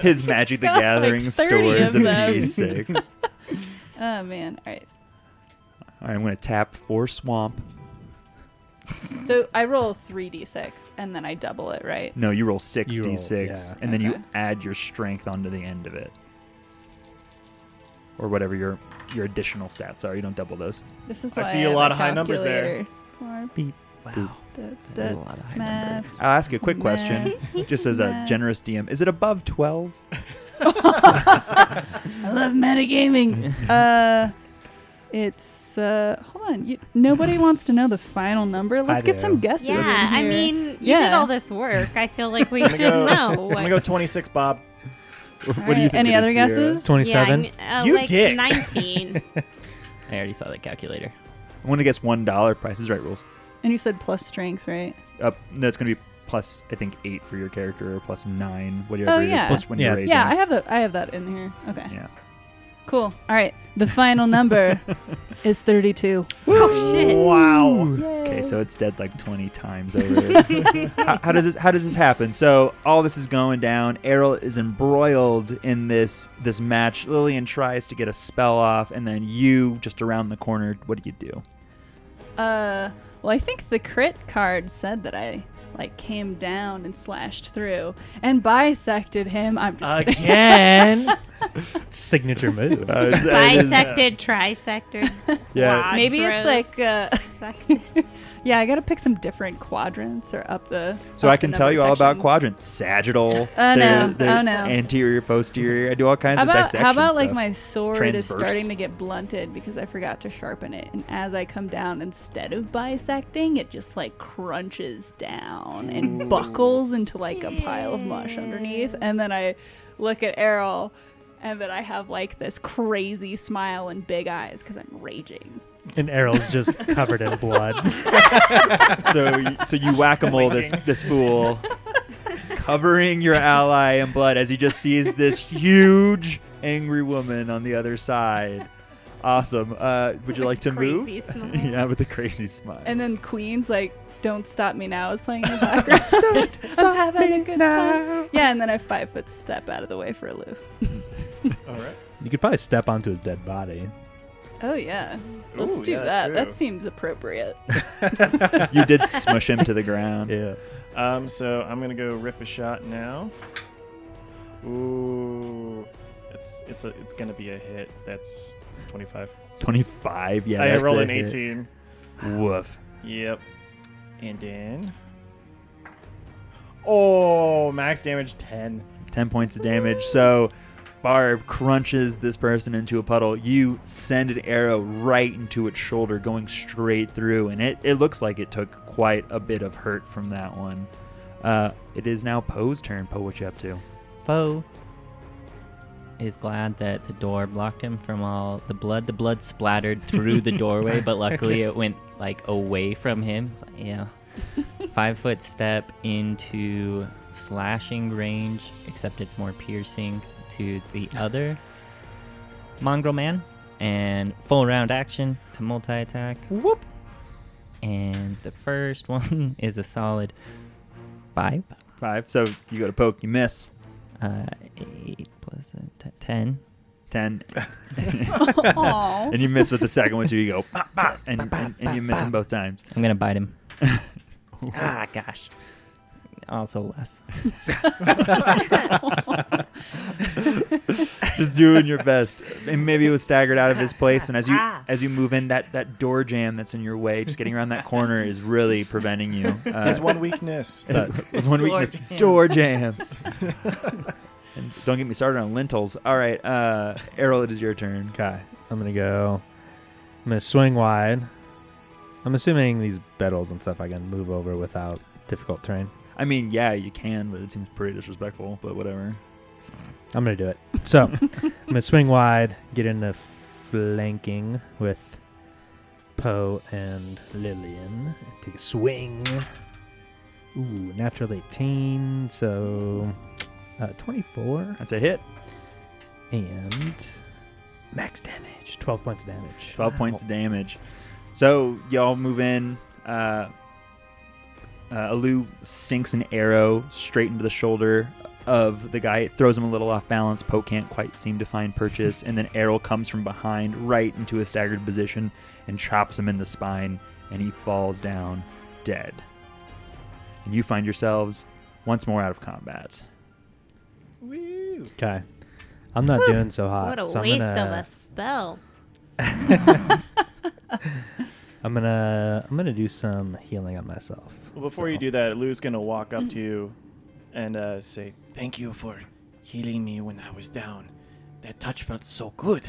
S1: His Magic the
S3: got like
S1: Gathering
S3: 30 of
S1: stores of
S3: them.
S1: D6.
S3: oh man. All right.
S1: All right, I'm going to tap for swamp.
S3: So I roll 3d6 and then I double it, right?
S1: No, you roll 6
S2: You roll,
S1: D6,
S2: yeah.
S1: and then you
S3: Okay.
S1: add your strength onto the end of it. Or whatever your your additional stats are. You don't double those.
S3: This is
S5: I
S3: why
S5: see a
S3: have
S5: lot of high numbers
S3: calculator.
S4: wow,
S3: Four, da,
S4: that's a
S3: da,
S4: lot of high
S3: math.
S4: numbers.
S1: I'll ask you a quick question, just as a
S3: Math.
S1: generous DM. Is it above 12?
S3: I love metagaming. uh, it's uh, hold on. You, nobody wants to know the final number. Let's get
S2: do.
S3: some guesses. in
S6: Yeah, I
S3: here.
S6: mean, you did
S3: Yeah.
S6: all this work. I feel like we should
S5: go-
S6: know.
S5: I'm gonna
S6: What,
S5: go 26, Bob.
S1: what
S6: right.
S1: it
S3: Any
S1: is,
S3: other
S1: Sierra?
S3: guesses?
S2: Twenty-seven.
S6: Yeah, I'm, uh,
S5: You
S6: like
S5: dick.
S6: 19.
S4: I already saw that calculator.
S1: I want to guess $1 price is right rules.
S3: And you said plus strength, right?
S1: Uh, no, it's going to be plus, I think, 8 for your character, or plus 9, whatever it is,
S3: Oh, yeah.
S1: plus when
S2: Yeah.
S1: you're raging.
S3: Yeah, I have the I have that in here. Okay,
S1: yeah.
S3: cool. All right, the final number is thirty-two.
S6: oh shit.
S5: Wow.
S1: Okay, so it's dead like 20 times over. how, how does this how does this happen? So all this is going down. Errol is embroiled in this this match. Lillian tries to get a spell off, and then you just around the corner. What do you do?
S3: Uh, well, I think the crit card said that I like came down and slashed through and bisected him. I'm just kidding.
S2: Again. Signature move.
S6: Bisected, trisected.
S1: Yeah.
S3: Maybe it's like, uh,
S6: quadrisected.
S3: Yeah, I gotta pick some different quadrants or up the.
S1: so
S3: up
S1: I
S3: the
S1: can tell you
S3: number
S1: all about
S3: sections.
S1: quadrants, sagittal.
S3: Oh,
S1: their-
S3: no.
S1: their
S3: Oh, no.
S1: Anterior, posterior. I do all kinds
S3: How
S1: of
S3: about
S1: dissections.
S3: how about like my sword
S1: Transverse.
S3: is starting to get blunted because I forgot to sharpen it, and as I come down, instead of bisecting, it just like crunches down and buckles into like a pile of mush underneath, and then I look at Errol, and then I have like this crazy smile and big eyes because I'm raging.
S2: and Errol's just covered in blood.
S1: so y- so you whack a mole this this fool, covering your ally in blood as he just sees this huge angry woman on the other side. Awesome. Uh, would you like to move?
S6: Crazy smile.
S1: yeah, with the crazy smile.
S3: And then Queen's like, "Don't stop me now" is playing in the background. I'm having a good time. Yeah, and then I five foot step out of the way for a loop.
S5: All right.
S2: You could probably step onto his dead body.
S3: Oh yeah, let's
S5: Ooh,
S3: do
S5: yeah, that's
S3: that. That
S5: true.
S3: seems appropriate.
S1: you did smush him to the ground.
S2: Yeah.
S5: Um, so I'm gonna go rip a shot now. Ooh, it's it's a it's gonna be a hit. That's 25.
S1: Twenty-five. Yeah,
S5: I
S1: that's
S5: rolled
S1: a
S5: an
S1: hit.
S5: 18.
S1: Woof.
S5: Yep. And then, oh, max damage 10.
S1: 10 points of damage. So Barb crunches this person into a puddle. You send an arrow right into its shoulder, going straight through, and it, it looks like it took quite a bit of hurt from that one. Uh, it is now Poe's turn. Poe, what you up to?
S4: Poe is glad that the door blocked him from all the blood. The blood splattered through the doorway, but luckily it went like away from him. Yeah. Five foot step into slashing range, except it's more piercing to the other mongrel man. and full round action to multi attack.
S2: Whoop.
S4: And the first one is a solid five.
S1: Five. So you go to poke, you miss.
S4: Uh, eight plus a t- ten.
S1: Ten.
S3: Aw.
S1: and you miss with the second one too. You go, bah, bah, and, and, and you miss him both times.
S4: I'm gonna bite him. ah, gosh. Also less.
S1: Just doing your best. And maybe it was staggered out of his place. And as you as you move in, that that door jam that's in your way, just getting around that corner is really preventing you. Uh,
S5: His one weakness.
S1: Uh, one
S4: Door
S1: weakness.
S4: jams.
S1: Door jams. and don't get me started on lentils. All right, uh, Errol, it is your turn.
S2: Okay, I'm gonna go. I'm gonna swing wide. I'm assuming these beetles and stuff I can move over without difficult terrain.
S1: I mean, yeah, you can, but it seems pretty disrespectful. But whatever.
S2: I'm gonna do it. So I'm gonna swing wide, get into flanking with Poe and Lillian. Take a swing. Ooh, natural 18, so uh, 24
S1: That's a hit.
S2: and max damage, 12 points of damage.
S1: 12 points of damage. So y'all move in. Uh, uh, Alu sinks an arrow straight into the shoulder of the guy. It throws him a little off balance. Poe can't quite seem to find purchase. And then Arrow comes from behind right into a staggered position and chops him in the spine. And he falls down dead. And you find yourselves once more out of combat.
S5: Woo.
S2: Okay. I'm not doing so hot.
S6: What a
S2: so I'm
S6: waste of
S2: gonna-
S6: a spell.
S2: I'm gonna I'm gonna do some healing on myself.
S5: Well, before
S2: So-
S5: you do that, Lou's gonna walk up to you and uh, say, "Thank you for healing me when I was down. That touch felt so good.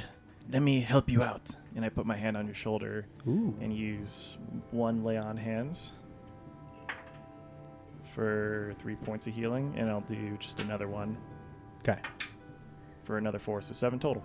S5: Let me help you out." And I put my hand on your shoulder
S2: Ooh.
S5: and use one lay on hands for three points of healing, and I'll do just another one
S2: Okay.
S5: for another four, so seven total.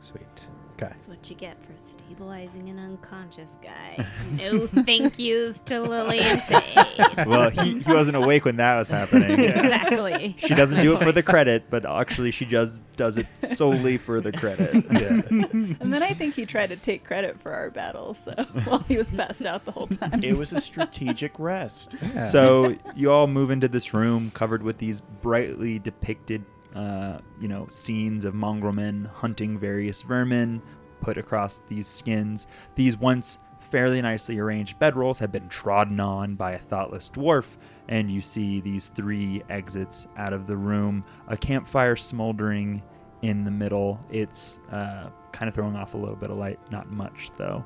S2: Sweet. Okay.
S6: That's what you get for stabilizing an unconscious guy. No thank yous to Lily and Faye.
S1: Well, he, he wasn't awake when that was happening.
S6: exactly.
S1: She doesn't do it for the credit, but actually, she just does it solely for the credit.
S3: And then I think he tried to take credit for our battle, so while he was passed out the whole time.
S5: It was a strategic rest.
S2: Yeah.
S1: So you all move into this room covered with these brightly depicted, uh, you know, scenes of mongrel men hunting various vermin put across these skins. These once fairly nicely arranged bedrolls have been trodden on by a thoughtless dwarf, and you see these three exits out of the room. A campfire smoldering in the middle. It's uh, kind of throwing off a little bit of light, not much though.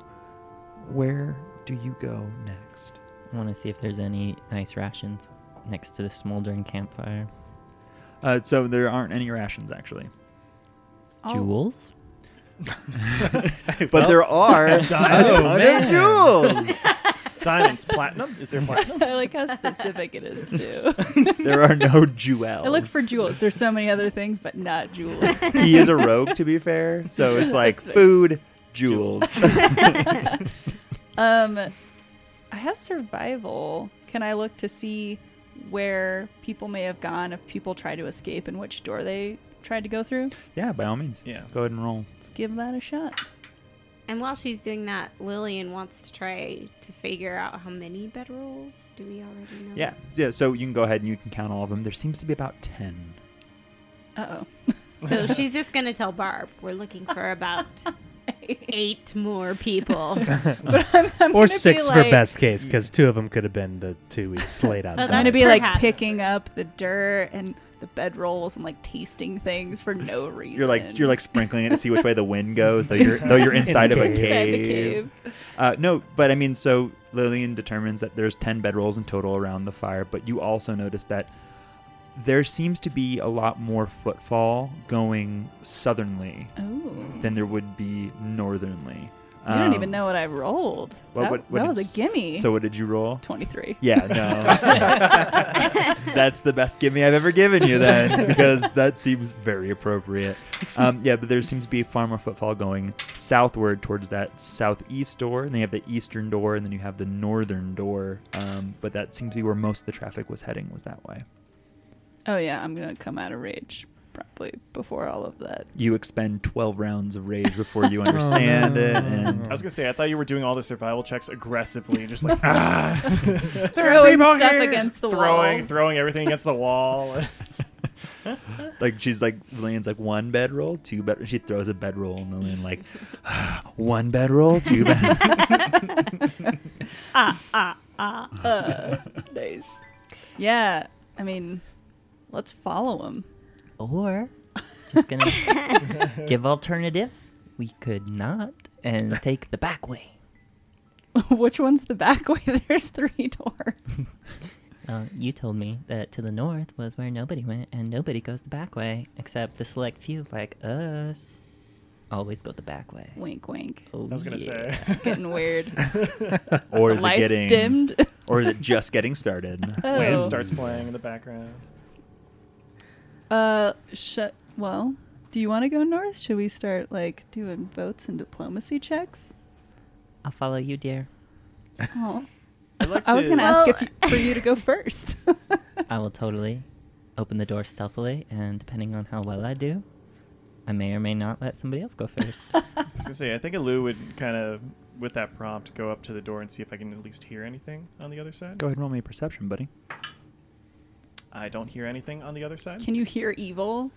S1: Where do you go next?
S4: I want to see if there's any nice rations next to the smoldering campfire.
S1: Uh, so there aren't any rations actually,
S3: Oh.
S4: Jewels?
S1: but there are a ton of
S5: diamonds.
S1: jewels.
S5: Oh, Diamonds, platinum? Is there platinum?
S3: I like how specific it is too.
S1: there are no jewels.
S3: I look for jewels. There's so many other things, but not jewels.
S1: he is a rogue, to be fair. So it's like
S3: That's fair.
S1: food, jewels.
S3: Um, I have survival. Can I look to see where people may have gone if people try to escape and which door they tried to go through?
S1: yeah, by all means.
S5: Yeah.
S1: Go ahead and roll.
S3: Let's give that a shot.
S6: And while she's doing that, Lillian wants to try to figure out how many bedrolls do we already know?
S1: Yeah. Yeah. So you can go ahead and you can count all of them. There seems to be about ten.
S3: Uh oh.
S6: So she's just gonna tell Barb we're looking for about eight more people.
S2: or six for
S3: like-
S2: best case, because two of them could have been the two we slayed
S6: That's
S3: I'm
S2: outside.
S3: gonna be like
S6: Perhaps.
S3: picking up the dirt and the bedrolls and like tasting things for no reason.
S1: You're like you're like sprinkling it to see which way the wind goes, though you're though you're inside of a
S2: Inside the
S3: inside
S1: cave.
S3: the cave.
S1: Uh, no, but I mean, so Lillian determines that there's 10 bedrolls in total around the fire, but you also notice that there seems to be a lot more footfall going southernly
S3: Ooh.
S1: than there would be northernly.
S3: You don't even know what I rolled.
S1: um, What-
S3: that,
S1: what- what
S3: that
S1: did
S3: was
S1: s-
S3: a gimme.
S1: So, what did you roll?
S3: 23.
S1: Yeah, no. that's the best gimme I've ever given you then, because that seems very appropriate. Um, yeah, but there seems to be far more footfall going southward towards that southeast door, and then you have the eastern door, and then you have the northern door. Um, but that seems to be where most of the traffic was heading, was that way.
S3: Oh yeah, I'm gonna come out of rage. probably before all of that.
S1: You expend 12 rounds of rage before you understand
S2: Oh, no.
S1: it. And
S5: I was gonna say, I thought you were doing all the survival checks aggressively, and just like ah,
S3: Throwing stuff against the
S5: throwing,
S3: walls.
S5: throwing everything against the wall.
S1: like she's like Lillian's like one bedroll, two bed. She throws a bedroll, and Lillian like one bedroll, two bed.
S6: Ah, ah, ah.
S3: Uh, nice. Yeah, I mean, let's follow him.
S4: Or just gonna give alternatives. We could not and take the back way.
S3: Which one's the back way? There's three doors.
S4: Uh, you told me that to the north was where nobody went, and nobody goes the back way except the select few like us. Always go the back way.
S3: wink, wink.
S4: Oh,
S5: I was gonna
S4: yeah.
S5: say,
S3: It's getting weird.
S1: or
S3: the
S1: is it
S3: lights
S1: getting
S3: dimmed.
S1: Or is it just getting started?
S3: Oh.
S5: Wham starts playing in the background.
S3: Uh, sh- well, do you want to go north? Should we start like doing votes and diplomacy checks?
S4: I'll follow you, dear.
S3: Oh,
S5: I'd like
S3: I was
S5: to-
S3: gonna ask if
S6: Well-
S3: you, for you to go first.
S4: I will totally open the door stealthily, and depending on how well I do, I may or may not let somebody else go first.
S5: I was gonna say, I think Alu would kind of, with that prompt, go up to the door and see if I can at least hear anything on the other side.
S1: Go ahead and roll me a perception, buddy.
S5: I don't hear anything on the other side.
S3: Can you hear evil?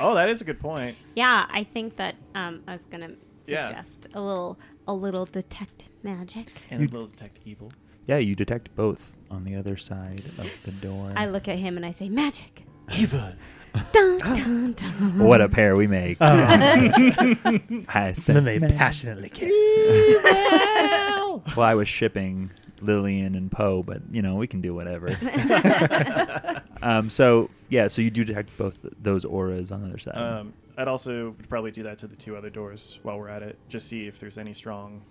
S5: Oh, that is a good point.
S6: Yeah, I think that um, I was gonna
S5: Yeah.
S6: suggest a little, a little detect magic.
S5: And a little detect evil.
S1: Yeah, you detect both on the other side of the door.
S6: I look at him and I say, magic.
S5: Evil.
S6: Dun,
S2: Ah.
S6: dun, dun.
S1: what a pair we make.
S2: Oh.
S1: I
S2: and then
S1: sense
S2: they
S1: magic.
S2: passionately kiss.
S1: Well, I was shipping Lillian and Poe, but you know we can do whatever. um, so yeah, so you do detect both those auras on the other side.
S5: Um, I'd also would probably do that to the two other doors while we're at it. Just see if there's any strong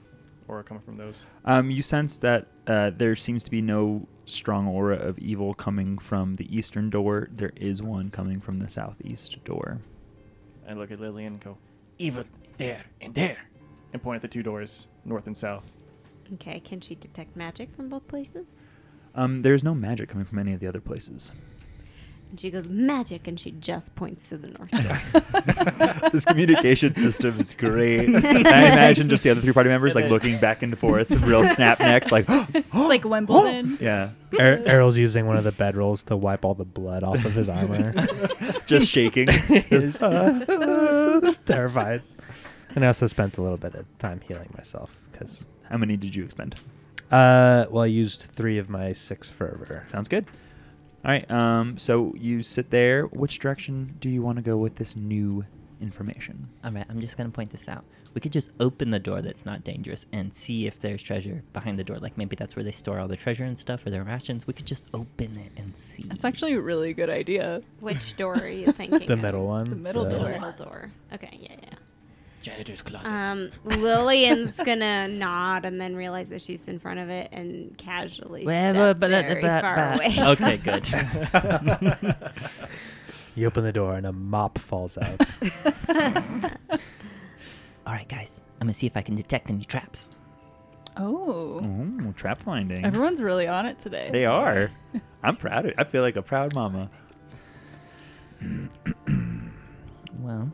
S5: aura coming from those.
S1: Um, you sense that uh, there seems to be no strong aura of evil coming from the eastern door. There is one coming from the southeast door.
S5: I look at Lillian and go, evil there and there, and point at the two doors, north and south.
S6: Okay, can she detect magic from both places?
S1: Um, there's no magic coming from any of the other places.
S6: And she goes, magic, and she just points to the north door.
S1: this communication system is great. And I imagine just the other three party members like
S5: And then-
S1: looking back and forth, real snap necked, like
S3: It's like Wimbledon.
S1: yeah,
S2: er- Errol's using one of the bedrolls to wipe all the blood off of his armor.
S1: just shaking. Just,
S2: Terrified. And I also spent a little bit of time healing myself because,
S1: How many did you expend?
S2: uh, well, I used three of my six fervor.
S1: Sounds good. All right. Um, so you sit there. Which direction do you want to go with this new information?
S4: All right, I'm just gonna point this out. We could just open the door that's not dangerous and see if there's treasure behind the door. Like maybe that's where they store all their treasure and stuff or their rations. We could just open it and see.
S3: That's actually a really good idea.
S6: Which door are you thinking?
S2: The
S6: of?
S2: middle one.
S3: The middle
S6: The
S4: door.
S6: middle door. Okay, yeah, yeah.
S5: Janitor's closet.
S6: Um, Lillian's gonna nod and then realize that she's in front of it and casually
S4: Well,
S6: step
S4: but- but-
S6: very
S4: but-
S6: far
S4: but-
S6: away.
S4: Okay, good.
S2: You open the door and a mop falls out.
S4: All right, guys, I'm gonna see if I can detect any traps.
S3: Oh,
S1: Ooh, trap finding.
S3: everyone's really on it today.
S1: Mm-hmm. They are. I'm proud of I feel like a proud mama.
S4: Well,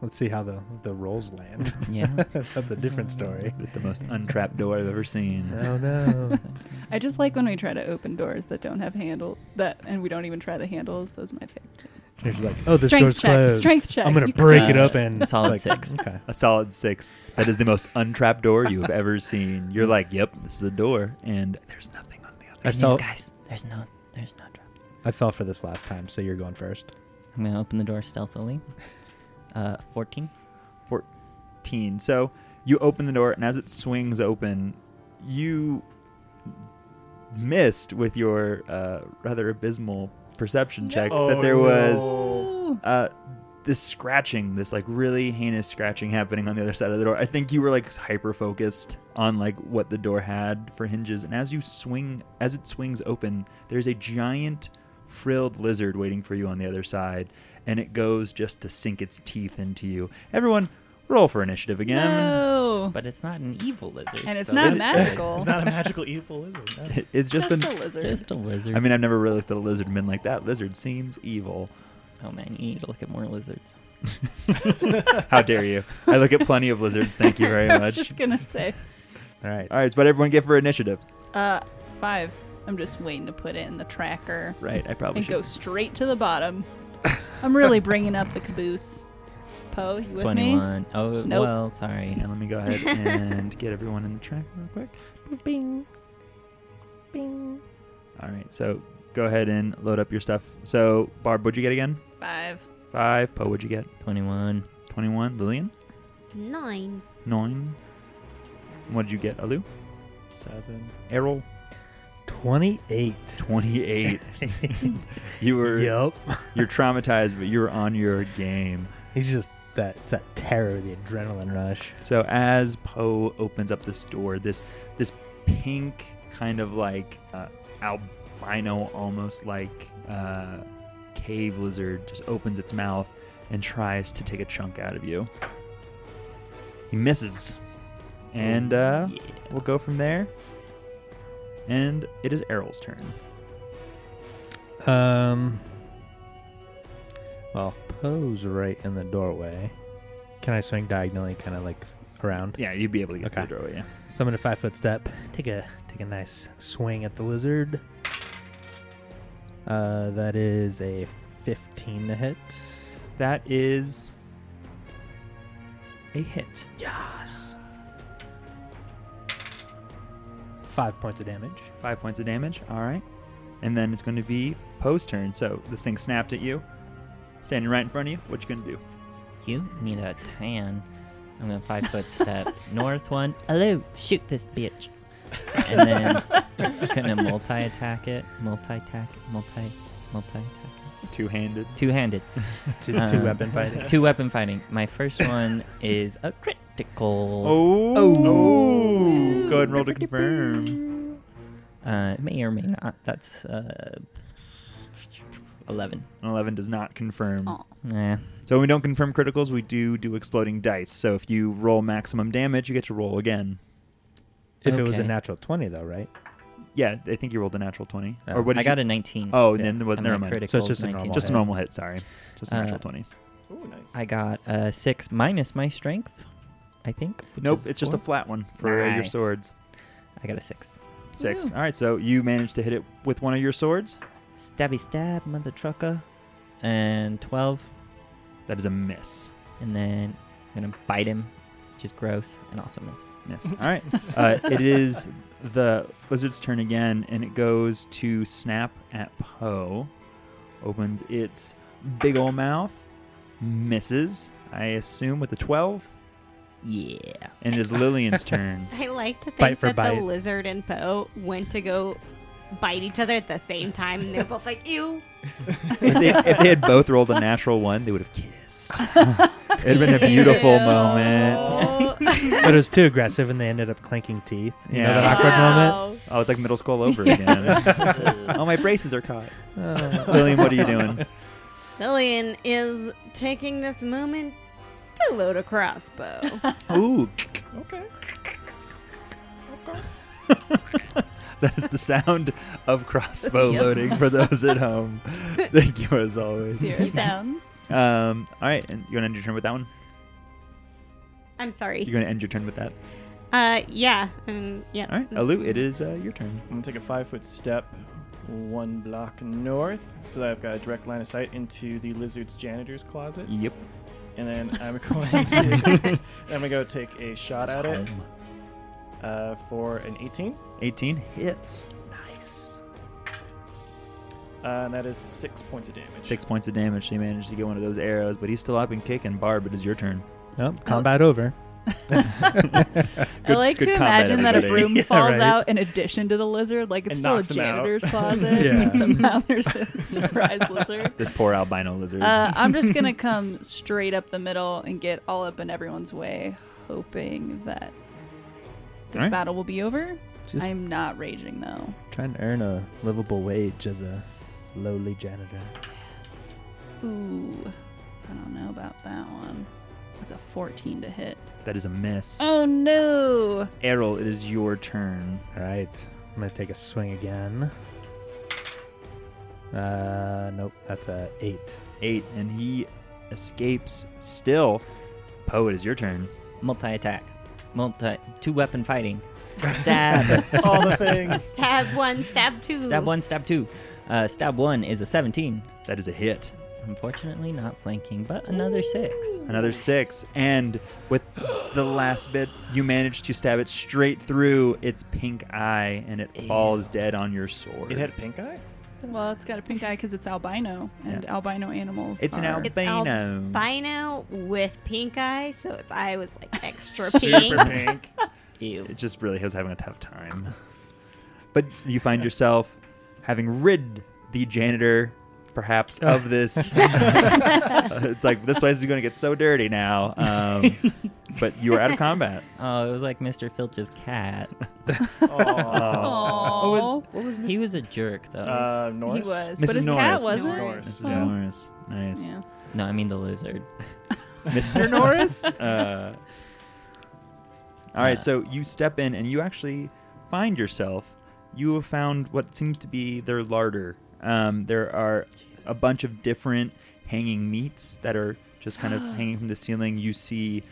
S2: Let's see how the, the rolls land.
S4: Yeah.
S2: That's a different story.
S1: It's the most untrapped door I've ever seen.
S2: Oh, no.
S3: I just like when we try to open doors that don't have handle that, and we don't even try the handles. Those are my favorite.
S2: You're just like, oh, this
S3: Strength
S2: door's
S3: check,
S2: closed.
S3: strength check.
S2: I'm gonna
S3: You can
S2: break
S4: do
S2: it
S4: it.
S2: up and
S4: That's all it
S2: it's
S4: takes.
S2: Okay.
S1: A solid six. That is the most untrapped door you have ever seen. You're like, yep, this is a door, and there's nothing on the other.
S2: That's
S4: Good
S2: all-
S4: news, guys. There's no, there's no traps.
S2: I fell for this last time, so you're going first.
S4: I'm gonna open the door stealthily. Uh, 14.
S1: 14. So you open the door, and as it swings open, you missed with your uh, rather abysmal perception check
S5: No.
S1: that there
S5: Oh,
S1: was
S3: Ooh.
S1: uh, this scratching, this like really heinous scratching happening on the other side of the door. I think you were like hyper focused on like what the door had for hinges, and as you swing, as it swings open, there's a giant frilled lizard waiting for you on the other side, and it goes just to sink its teeth into you. Everyone, roll for initiative again.
S3: no.
S4: But it's not an evil lizard.
S3: Oh. And it's
S4: so
S3: not
S4: that's good.
S3: magical.
S5: it's not a magical evil lizard. no.
S1: It's just,
S3: just
S1: an.
S3: a lizard.
S4: Just a lizard.
S1: I mean, I've never really looked at a lizard and been like that lizard seems evil.
S4: Oh man, you need to look at more lizards.
S1: How dare you? I look at plenty of lizards. Thank you very
S3: I
S1: much.
S3: was just gonna say,
S2: All right.
S1: All right, it's what everyone get for initiative.
S3: uh, five. I'm just waiting to put it in the tracker
S1: Right, I probably
S3: and
S1: should.
S3: go straight to the bottom. I'm really bringing up the caboose. Poe, you with me?
S4: 21. Oh,
S3: Nope.
S4: well, sorry.
S1: And let me go ahead and get everyone in the track real quick. Bing. Bing. All right, so go ahead and load up your stuff. So, Barb, what'd you get again?
S3: Five.
S1: Five. Poe, what'd you get?
S4: 21.
S1: 21. Lillian?
S6: Nine.
S1: Nine. And What'd you get, Alu?
S5: Seven.
S1: Errol?
S2: 28.
S1: 28. you were
S2: Yup.
S1: you're traumatized, but you were on your game.
S2: He's just that, it's that terror, the adrenaline rush.
S1: So as Poe opens up this door, this this pink kind of like uh, albino, almost like uh, cave lizard, just opens its mouth and tries to take a chunk out of you. He misses, and uh,
S4: Yeah.
S1: we'll go from there. And it is Errol's turn.
S2: Um. Well, Poe's right in the doorway. Can I swing diagonally, kind of like around?
S1: Yeah, you'd be able to get
S2: Okay.
S1: through the doorway. Yeah.
S2: So I'm gonna five foot step. Take a take a nice swing at the lizard. Uh, that is a 15 to hit.
S1: That is a hit.
S2: Yes. Five points of damage.
S1: Five points of damage. All right. And then it's going to be Poe's turn. So this thing snapped at you, standing right in front of you. What you going to do?
S4: You need a tan. I'm gonna five foot step north one. Hello, shoot this bitch. And then gonna multi attack it, multi attack, multi, multi attack.
S1: Two-handed.
S4: Two handed.
S2: Two, two
S4: Um,
S2: weapon fighting.
S4: Two weapon fighting. My first one is a critical.
S1: Oh.
S3: Oh.
S1: Go ahead and roll to confirm.
S2: Oh.
S4: Uh, may or may not. That's uh, eleven.
S1: An 11 does not confirm.
S3: Aw.
S4: Nah.
S1: So when we don't confirm criticals, we do do exploding dice. So if you roll maximum damage, you get to roll again.
S2: if it was a
S4: okay.
S2: natural 20, though, right?
S1: Yeah, I think you rolled a natural 20.
S2: Oh.
S1: Or what did
S4: Uh, I got
S1: you-
S4: a nineteen.
S1: Oh, and
S2: yeah.
S1: then there was
S4: And
S1: never
S4: my
S1: mind.
S4: critical's
S2: So it's just a
S4: 19.
S2: normal
S1: Just a
S2: hit.
S1: normal hit, sorry. Just
S4: Uh,
S1: natural 20s.
S5: Ooh, nice.
S4: I got uh, six minus my strength, I think. which
S1: Nope,
S4: is
S1: it's just a
S4: four.
S1: flat one for uh, your
S4: Nice.
S1: swords.
S4: I got a six.
S1: Six.
S3: Woo.
S1: All right, so you managed to hit it with one of your swords.
S4: Stabby stab, mother trucker. And 12.
S1: That is a miss.
S4: And then I'm going to bite him. Which is gross and also miss.
S1: Miss. All right. uh, it is the lizard's turn again, and it goes to snap at Poe. Opens its big ol' mouth. Misses, I assume, with a 12.
S4: Yeah.
S1: And it is Lillian's turn.
S6: I like to think
S2: Bite for
S6: that
S2: bite.
S6: the lizard and Poe went to go bite each other at the same time, and they're both like, "Ew."
S1: If they, if they had both rolled a natural one, they would have kissed. It would have been a beautiful
S3: Ew.
S1: moment.
S2: but it was too aggressive, and they ended up clinking teeth. You know
S1: Yeah.
S2: that awkward moment.
S3: Wow.
S1: Oh, it's like middle school over again. oh, my braces are caught. Lillian, what are you doing?
S6: Lillian is taking this moment to load a crossbow.
S1: Ooh,
S5: okay. Okay.
S1: That is the sound of crossbow
S3: Yep.
S1: loading for those at home. Thank you as always.
S3: Zero sounds.
S1: Um, all right, and you gonna end your turn with that one?
S6: I'm sorry.
S1: You're gonna end your turn with that.
S6: Uh, yeah. Um, yeah.
S1: All right, Alu, it is uh, your turn.
S5: I'm gonna take a five foot step, one block north, so that I've got a direct line of sight into the lizard's janitor's closet,
S1: Yep.
S5: and then I'm going to I'm gonna go take a shot
S1: This is
S5: at it
S1: home.
S5: uh, for an 18,
S1: 18 hits.
S2: Nice.
S5: uh, and that is six points of damage.
S1: Six points of damage. So you managed to get one of those arrows, but he's still up and kicking. Barb, it is your turn.
S2: Nope. Combat over.
S1: Good-
S3: I like
S1: good
S3: to
S1: combat,
S3: imagine that a
S1: everybody.
S3: broom
S2: Yeah,
S3: falls
S2: right.
S3: out in addition to the lizard, like it's
S5: And
S3: still a
S5: knocks him out.
S3: janitor's closet,
S1: Yeah.
S3: and somehow there's a surprise lizard.
S1: This poor albino lizard.
S3: Uh, I'm just gonna come straight up the middle and get all up in everyone's way, hoping that this
S1: Alright.
S3: battle will be over.
S2: Just-
S3: I'm not raging though.
S2: Trying to earn a livable wage as a lowly janitor.
S3: Ooh, I don't know about that one. That's a 14 to hit.
S1: that is a miss.
S3: Oh no!
S1: Errol, it is your turn.
S2: All right, I'm gonna take a swing again. Uh, nope, that's a eight.
S1: eight, and he escapes still. Poet, is your turn.
S4: Multi attack. Multi two weapon fighting. Stab.
S5: All the things.
S6: Stab one, stab two.
S4: stab one, stab two. Uh, stab one is a 17.
S1: That is a hit.
S4: Unfortunately, not flanking, but another six.
S1: Another six, and with the last bit, you manage to stab it straight through its pink eye, and it falls dead on your sword.
S5: It had pink eye?
S3: Well, it's got a pink eye because it's albino, and
S1: Yeah.
S3: albino animals.
S1: It's an
S3: are-
S1: albino.
S6: It's albino with pink eye, so its eye was like extra pink.
S5: Super pink.
S4: Ew.
S1: It just really was having a tough time. But you find yourself having rid the janitor, perhaps, of this. Uh, it's like this place is going to get so dirty now. Um, but you are out of combat.
S4: Oh, it was like Mr. Filch's cat.
S5: Aw.
S1: What was,
S3: Aw.
S1: what was
S4: He
S1: Mrs.
S4: was a jerk, though.
S5: Uh, Norris?
S3: He was,
S1: Mrs.
S3: but his cat
S1: Norris.
S3: wasn't.
S5: Mrs. Norris.
S1: Mrs.
S3: Oh.
S1: Norris? Nice,
S3: Yeah.
S4: no, I mean the lizard.
S1: Mr. Norris. Uh, all right, so you step in and you actually find yourself. You have found what seems to be their larder. Um, there are a bunch of different hanging meats that are just kind of hanging from the ceiling. You see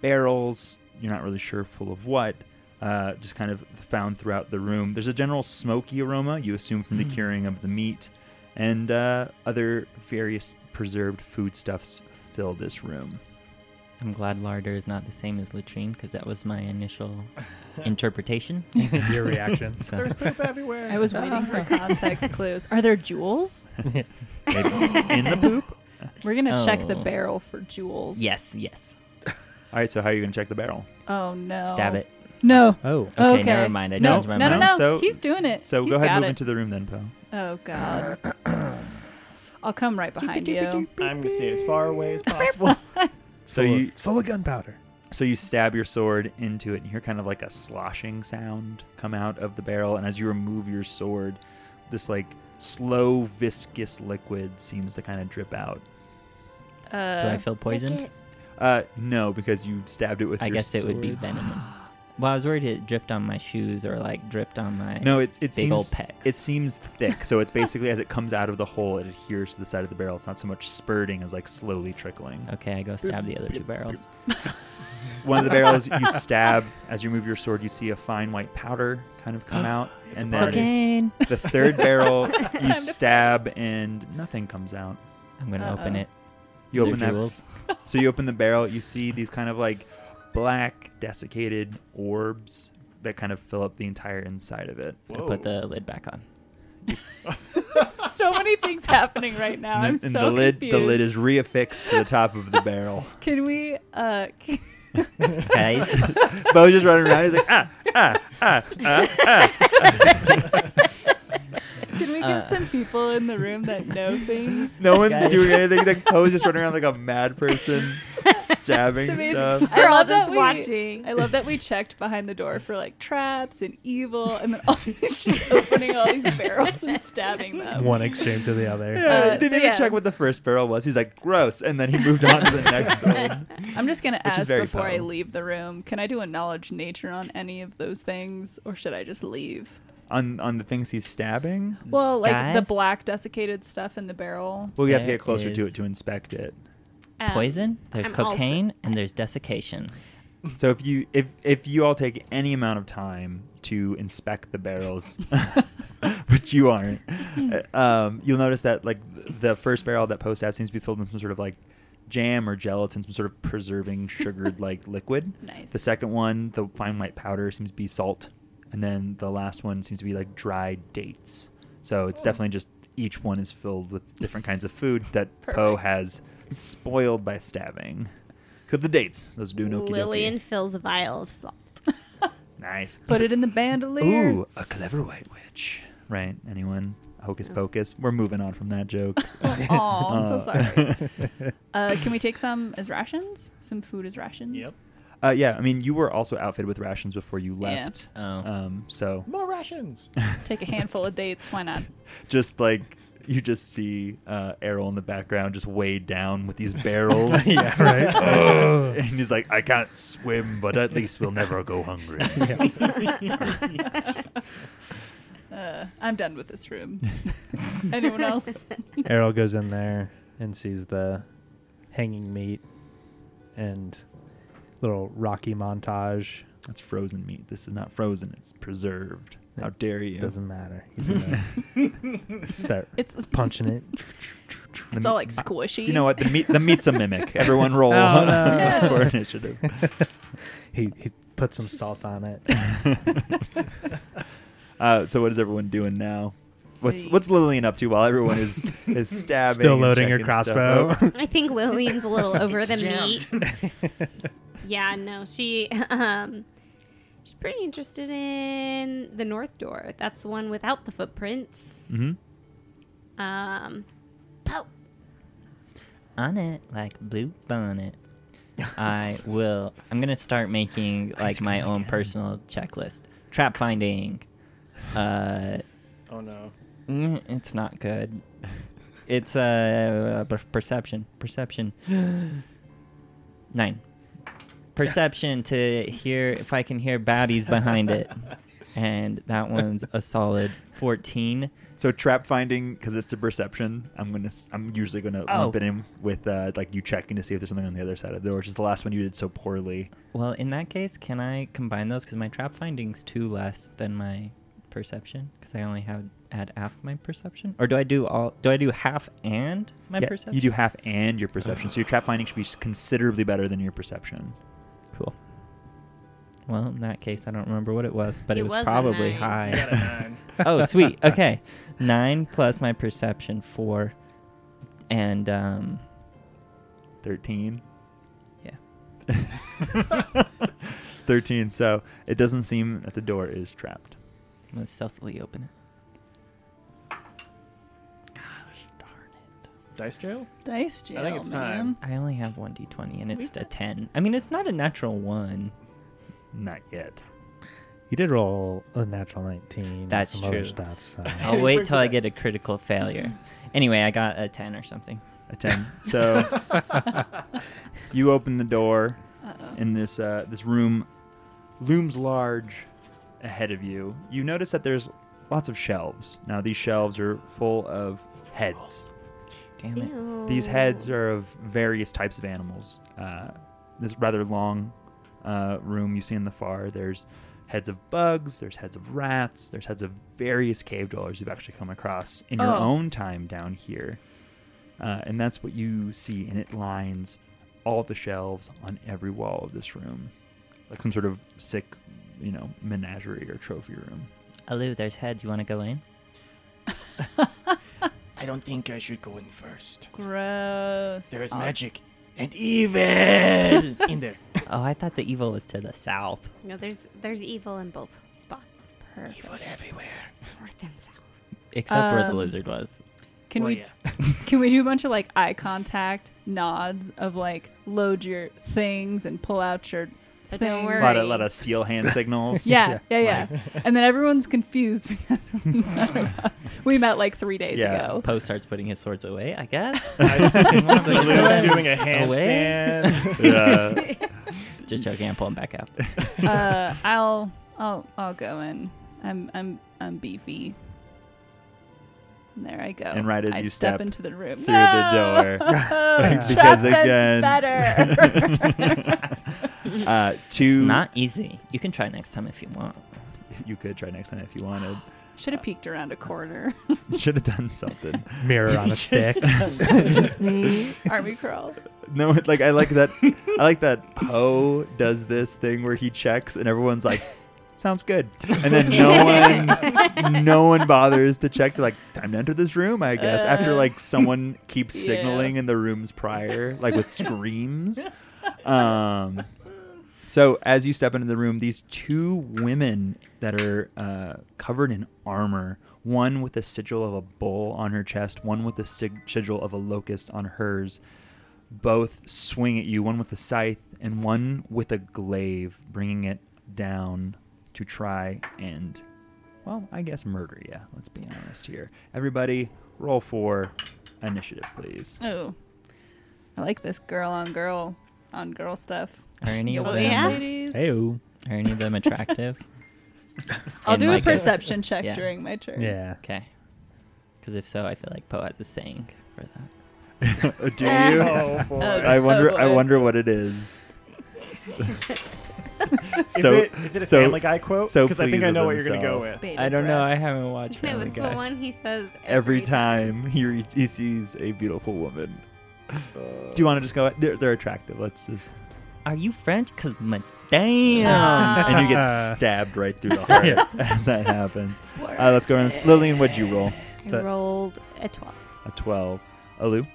S1: barrels, you're not really sure full of what, uh, just kind of found throughout the room. There's a general smoky aroma, you assume, from the curing of the meat, and uh, other various preserved foodstuffs fill this room.
S4: I'm glad larder is not the same as latrine because that was my initial interpretation.
S2: Your reactions.
S4: So,
S5: Poop everywhere.
S3: I was waiting for context clues. Are there jewels?
S1: Maybe in the poop?
S3: We're gonna check the
S4: Oh.
S3: barrel for jewels.
S4: yes, yes.
S1: All right, so how are you going to check the barrel?
S3: Oh no.
S4: Stab it.
S3: No.
S2: Oh,
S4: Okay,
S3: Okay.
S4: never mind. I
S3: no.
S4: changed my
S3: no,
S4: mind.
S3: No, no,
S1: So-
S3: He's doing
S4: Uh,
S3: it.
S1: So
S3: He's
S1: go ahead
S3: got
S1: and move
S3: it.
S1: into the room then, Poe.
S3: Oh god. I'll come right behind you.
S5: I'm going to stay as far away as possible.
S1: So you
S2: it's full of gunpowder.
S1: so you stab your sword into it and you hear kind of like a sloshing sound come out of the barrel and as you remove your sword, this like slow viscous liquid seems to kind of drip out.
S3: Uh,
S4: Do I feel poisoned?
S1: Uh no, because you stabbed it with
S4: I
S1: your
S4: guess it would be
S1: sword.
S4: venom. Well, I was worried it dripped on my shoes or like dripped on my.
S1: No, it's it
S4: Big
S1: seems
S4: old pecs.
S1: it seems thick. So it's basically as it comes out of the hole, it adheres to the side of the barrel. It's not so much spurting as like slowly trickling.
S4: Okay, I go stab the other two barrels.
S1: One of the barrels you stab as you move your sword, you see a fine white powder kind of come out, and then
S5: party.
S4: Cocaine.
S1: the third barrel you
S3: to-
S1: stab and nothing comes out.
S4: I'm gonna open
S3: Uh-oh.
S4: it.
S1: You
S4: Is there
S1: open that
S4: jewels?
S1: So you open the barrel, you see these kind of like black desiccated orbs that kind of fill up the entire inside of it.
S4: I put the lid back on.
S3: so many things happening right now. I'm
S1: and
S3: so
S1: and the lid
S3: confused.
S1: the lid is reaffixed to the top of the barrel.
S3: Can we? Uh,
S4: Guys,
S1: Bo's just running around, he's like, ah, ah, ah, ah, ah.
S3: Can we get
S4: Uh.
S3: some people in the room that know things?
S1: No one's
S4: Guys.
S1: doing anything. Like Poe's just running around like a mad person
S3: It's
S1: stabbing
S3: amazing.
S1: stuff.
S3: I
S6: We're all
S3: love that
S6: just
S3: we-
S6: watching.
S3: I love that we checked behind the door for like traps and evil, and then all these just opening all these barrels and stabbing them.
S2: One extreme to the other.
S1: Yeah,
S3: Uh,
S1: he didn't
S3: so
S1: even
S3: Oh. yeah.
S1: check what the first barrel was. He's like, gross. And then he moved on to the next one.
S3: I'm just gonna
S1: Which is
S3: ask
S1: very
S3: before I
S1: Poe.
S3: leave the room. Can I do a knowledge nature on any of those things, or should I just leave?
S1: On, on the things he's stabbing?
S3: Well, like the
S4: Guys?
S3: black desiccated stuff in the barrel.
S1: Well, we have to
S4: There
S1: get closer to
S4: is-
S1: it to inspect it.
S6: Um,
S4: poison. There's
S6: I'm also-
S4: cocaine and there's desiccation.
S1: So if you if if you all take any amount of time to inspect the barrels, which you aren't,
S3: Hmm.
S1: uh, um, you'll notice that like th- the first barrel that post has seems to be filled with some sort of like jam or gelatin, some sort of preserving sugared like liquid.
S3: Nice.
S1: The second one, the fine white powder, seems to be salt, and then the last one seems to be like dried dates. So it's definitely just each one is filled with different kinds of food that Poe
S3: Perfect.
S1: has spoiled by stabbing. Except the dates; those do no
S6: Lillian fills a vial of salt.
S1: Nice.
S3: Put it in the bandolier.
S1: Ooh, a clever white witch. Right? Anyone? Hocus pocus. We're moving on from that joke.
S3: Aw, I'm
S1: Uh,
S3: so sorry. Uh, can we take some as rations? Some food as rations?
S5: Yep.
S1: uh, yeah, I mean, you were also outfitted with rations before you
S3: Yeah.
S1: left.
S4: Oh.
S1: Um, so
S5: More rations.
S3: Take a handful of dates. Why not?
S1: just like you just see uh, Errol in the background just weighed down with these barrels.
S2: Yeah, right. Oh.
S1: and he's like, I can't swim, but at least we'll never go hungry.
S2: Yeah.
S3: Uh, I'm done with this room. Anyone else?
S2: Errol goes in there, and sees the hanging meat and little Rocky montage.
S1: That's frozen meat. This is not frozen. It's preserved. How dare you?
S2: Doesn't matter. He's gonna start
S3: It's
S2: punching it.
S1: The
S3: It's
S1: meat-
S3: all like squishy.
S1: you know what? The meat. The meat's a mimic. Everyone roll
S2: Oh, no.
S1: for initiative.
S2: he he put some salt on it.
S1: Uh, so what is everyone doing now? What's
S3: The-
S1: what's Lillian up to while everyone is is stabbing?
S2: Still
S1: and
S2: loading her
S1: checking stuff
S2: crossbow.
S1: out?
S6: I think Lillian's a little over the meat.
S2: That's
S6: Yeah, no, she um she's pretty interested in the north door. That's the one without the footprints.
S1: Mhm.
S6: Um Pope.
S4: on it like blue bonnet. I will. I'm gonna start making like my own personal checklist. Trap finding. Uh,
S5: Oh no.
S4: mm, it's not good. It's uh, per- perception. Perception. Nine. Perception to hear if I can hear baddies behind it, and that one's a solid fourteen.
S1: So trap finding because it's a perception. I'm gonna s- I'm usually gonna
S4: Oh.
S1: lump it in with uh, like you checking to see if there's something on the other side of the door, which is the last one you did so poorly.
S4: Well, in that case, can I combine those? Because my trap finding's two less than my perception. Because I only have add half my perception. Or do I do all? Do I do half and my
S1: Yeah,
S4: perception?
S1: You do half and your perception, so your trap finding should be considerably better than your perception.
S4: Cool. Well, in that case, I don't remember what it was, but it,
S6: It
S4: was,
S6: was a
S4: probably
S6: nine.
S4: high.
S5: You got a nine.
S4: oh, sweet. Okay, nine plus my perception four, and um,
S1: Thirteen.
S4: yeah.
S1: It's Thirteen. So it doesn't seem that the door is trapped.
S4: I'm gonna stealthily open it. Gosh darn it.
S5: Dice jail?
S3: dice jail.
S5: it's
S3: man.
S5: time.
S4: I only have one d20 and it's
S3: We've
S4: a
S3: got-
S4: 10. I mean, it's not a natural one.
S1: Not yet.
S2: You did roll a natural 19. and
S4: That's
S2: some other
S4: true.
S2: stuff, so.
S4: I'll
S5: It
S4: wait
S5: brings
S4: till
S5: it
S4: I
S5: up.
S4: get a critical failure. Anyway, I got a 10 or something.
S1: A ten. So you open the door,
S3: Uh-oh.
S1: and this uh, this room looms large ahead of you. You notice that there's lots of shelves. Now these shelves are full of heads.
S4: Damn it.
S1: These
S3: Oh.
S1: heads are of various types of animals. Uh, this rather long uh, room you see in the far, there's heads of bugs, there's heads of rats, there's heads of various cave dwellers you've actually come across in your
S3: Oh.
S1: own time down here. Uh, and that's what you see, and it lines all the shelves on every wall of this room. Like some sort of sick, you know, menagerie or trophy room.
S4: Alu, there's heads. You want to go in?
S7: I don't think I should go in first.
S3: Gross.
S7: There is
S6: Uh,
S7: magic and evil in there.
S4: Oh, I thought the evil was to the south.
S6: No, there's there's evil in both spots. Perfect.
S7: Evil everywhere.
S6: North and south.
S4: Except where the
S3: Um,
S4: lizard was.
S3: Can
S7: Well,
S3: we
S7: yeah.
S3: can we do a bunch of like eye contact nods of like load your things and pull out your
S6: But don't
S3: things.
S1: A
S6: worry.
S1: lot of, lot of seal hand signals.
S3: Yeah, yeah, yeah. and then everyone's confused because we met, we met like three days
S1: Yeah.
S3: ago.
S4: Poe starts putting his swords away, oh. I guess.
S5: Lou's doing a
S1: uh,
S5: handstand.
S1: Yeah.
S4: Just joking. I'm pulling back out.
S3: Uh, I'll I'll I'll go in. I'm I'm I'm beefy. And there I go.
S1: And right as
S3: I
S1: you
S3: step,
S1: step
S3: into the room
S1: through
S3: No!
S1: the door.
S2: Because
S3: Trap sense
S1: again-
S3: better.
S1: uh,
S4: It's
S1: two.
S4: not easy. You can try next time if you want.
S1: You could try next time if you wanted.
S3: Should have peeked around a corner.
S1: You should have done something.
S2: Mirror on a stick.
S3: Army crawl.
S1: No, like I like that. I like that Poe does this thing where he checks and everyone's like, "Sounds good," and then no one, no one bothers to check. They're like, "Time to enter this room," I guess. After
S3: Uh,
S1: like someone keeps
S3: yeah.
S1: signaling in the rooms prior, like with screams. Um, so as you step into the room, these two women that are uh, covered in armor, one with a sigil of a bull on her chest, one with a sig- sigil of a locust on hers, both swing at you, one with a scythe and one with a glaive, bringing it down to try and, well, I guess murder you. Let's be honest here. Everybody, roll for initiative, please.
S3: Oh, I like this girl on girl on girl stuff.
S4: Are any
S3: You
S4: of
S3: will
S4: them?
S3: see,
S6: yeah.
S3: ladies.
S2: Heyo.
S4: Are any of them attractive?
S3: I'll
S4: And
S3: do a
S4: like a s-
S3: perception check
S4: yeah.
S3: during my turn.
S2: Yeah.
S4: Okay. Because if so, I feel like Poe has a saying for that.
S1: Do you?
S5: Oh, boy.
S1: I wonder. I
S3: boy.
S1: wonder what it is.
S5: Is
S1: so-
S5: it, is it a
S1: so-
S5: Family Guy quote?
S1: so
S5: I think
S1: pleased
S5: I
S1: with
S5: know what you're going to go
S1: himself.
S5: with.
S3: Bated
S4: I don't know.
S3: breath.
S4: I haven't watched
S6: No,
S4: Family
S6: it's
S4: Guy.
S6: the one he says
S1: Every time he re- he sees a beautiful woman. Do you want to just go? They're, they're attractive. Let's just.
S4: Are you French? Cause my damn.
S6: Ah.
S1: And you get stabbed right through the heart
S2: Yeah.
S1: as that happens. Uh, let's go around. Lillian, what'd you roll?
S6: I
S2: But-
S6: rolled a 12.
S1: A twelve. Alu,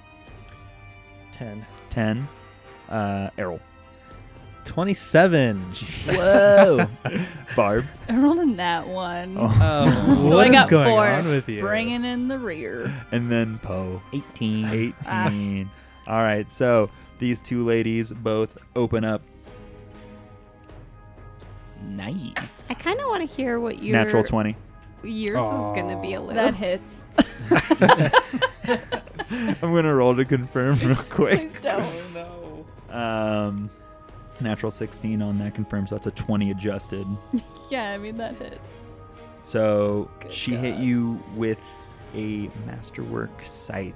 S5: 10.
S1: ten. Uh, Errol,
S2: 27.
S4: Whoa.
S1: Barb.
S3: I rolled in that one.
S4: Oh.
S3: So
S2: What
S3: I
S2: is
S3: got
S2: going
S3: four.
S2: on with you?
S3: Bringing in the rear.
S1: and then Poe.
S4: 18.
S1: 18.
S4: Ah.
S1: All right, so these two ladies both open up
S4: Nice.
S6: I kind of want to hear what your
S1: natural 20.
S6: yours was going to be a
S2: Aw.
S6: little.
S3: That hits.
S1: I'm going to roll to confirm real quick.
S3: Please don't.
S2: no.
S1: Um, natural 16 on that confirm, so that's a 20 adjusted.
S3: yeah, I mean that hits.
S1: So
S3: Good
S1: she hit
S3: God.
S1: you with a masterwork scythe.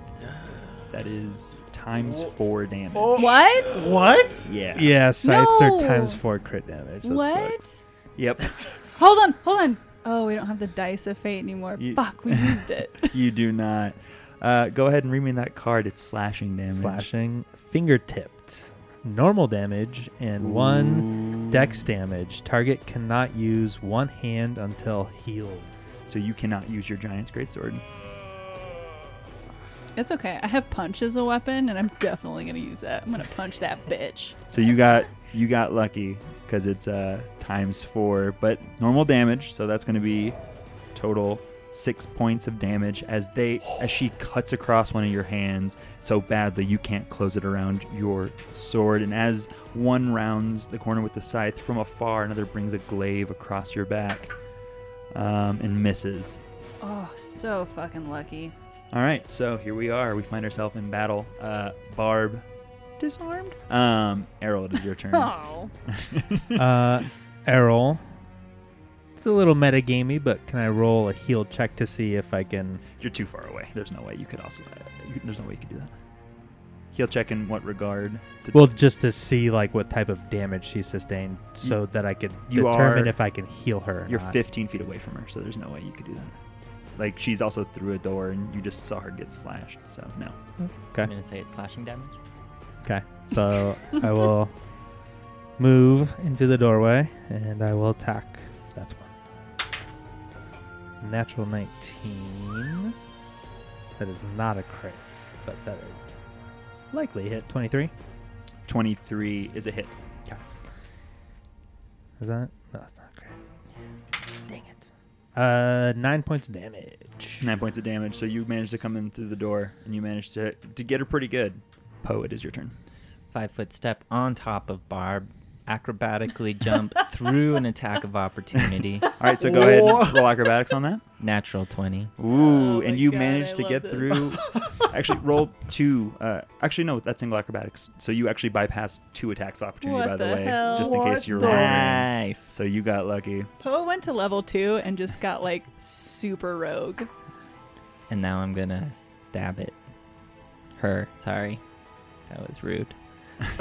S1: That is times
S3: Oh.
S1: four damage.
S3: What?
S5: What?
S1: Yeah.
S2: Yeah, sights
S3: No.
S2: are times four crit damage. That sucks.
S3: What?
S1: Yep.
S3: Hold on, hold on. Oh, we don't have the dice of fate anymore.
S1: You-
S3: Fuck, we used it.
S1: you do not. Uh, go ahead and read me that card. It's slashing damage.
S2: Slashing, fingertipped, normal damage, and one dex damage. Target cannot use one hand until healed.
S1: So you cannot use your giant's greatsword.
S3: It's okay. I have punch as a weapon, and I'm definitely gonna use that. I'm gonna punch that bitch.
S1: So you got you got lucky because it's uh, times four, but normal damage. So that's going to be total six points of damage as they as she cuts across one of your hands so badly you can't close it around your sword. And as one rounds the corner with the scythe from afar, another brings a glaive across your back um, and misses.
S3: Oh, so fucking lucky.
S1: All right, so here we are. We find ourselves in battle. Uh, Barb disarmed. Um, Errol, it is your turn.
S3: Oh.
S2: uh, Errol. It's a little metagamey, but can I roll a heal check to see if I can?
S1: You're too far away. There's no way you could also. Uh, you, there's no way you could do that. He'll check in what regard? To
S2: Well, just to see like what type of damage she sustained, so that I could
S1: you
S2: determine
S1: are-
S2: if I can heal her. Or
S1: you're
S2: not.
S1: 15 feet away from her, so there's no way you could do that. Like she's also through a door, and you just saw her get slashed. So no.
S4: I'm
S2: Okay.
S4: gonna say it's slashing damage.
S2: Okay. So I will move into the doorway and I will attack that one. Natural 19. That is not a crit, but that is likely hit 23.
S1: 23 is a hit.
S2: Is that? No, that's not great. Dang it. Uh, nine points of damage.
S1: Nine points of damage. So you managed to come in through the door, and you managed to to get her pretty good. Poe, it is your turn.
S4: Five foot step on top of Barb. Acrobatically jump through an attack of opportunity.
S1: All right, so go ahead and roll acrobatics on that.
S4: Natural 20.
S1: Ooh,
S3: Oh my
S1: and you
S3: God,
S1: managed
S3: I
S1: to
S3: love
S1: get
S3: this.
S1: through. actually, roll two. Uh, actually, no, that's single acrobatics. So you actually bypass two attacks of opportunity,
S3: What
S1: by the,
S3: the
S1: way,
S3: hell?
S1: just in
S5: What
S1: case you're
S5: the-
S1: wondering.
S4: Nice.
S1: So you got lucky.
S3: Poe went to level two and just got like super rogue.
S4: And now I'm gonna stab it. Her. Sorry. That was rude.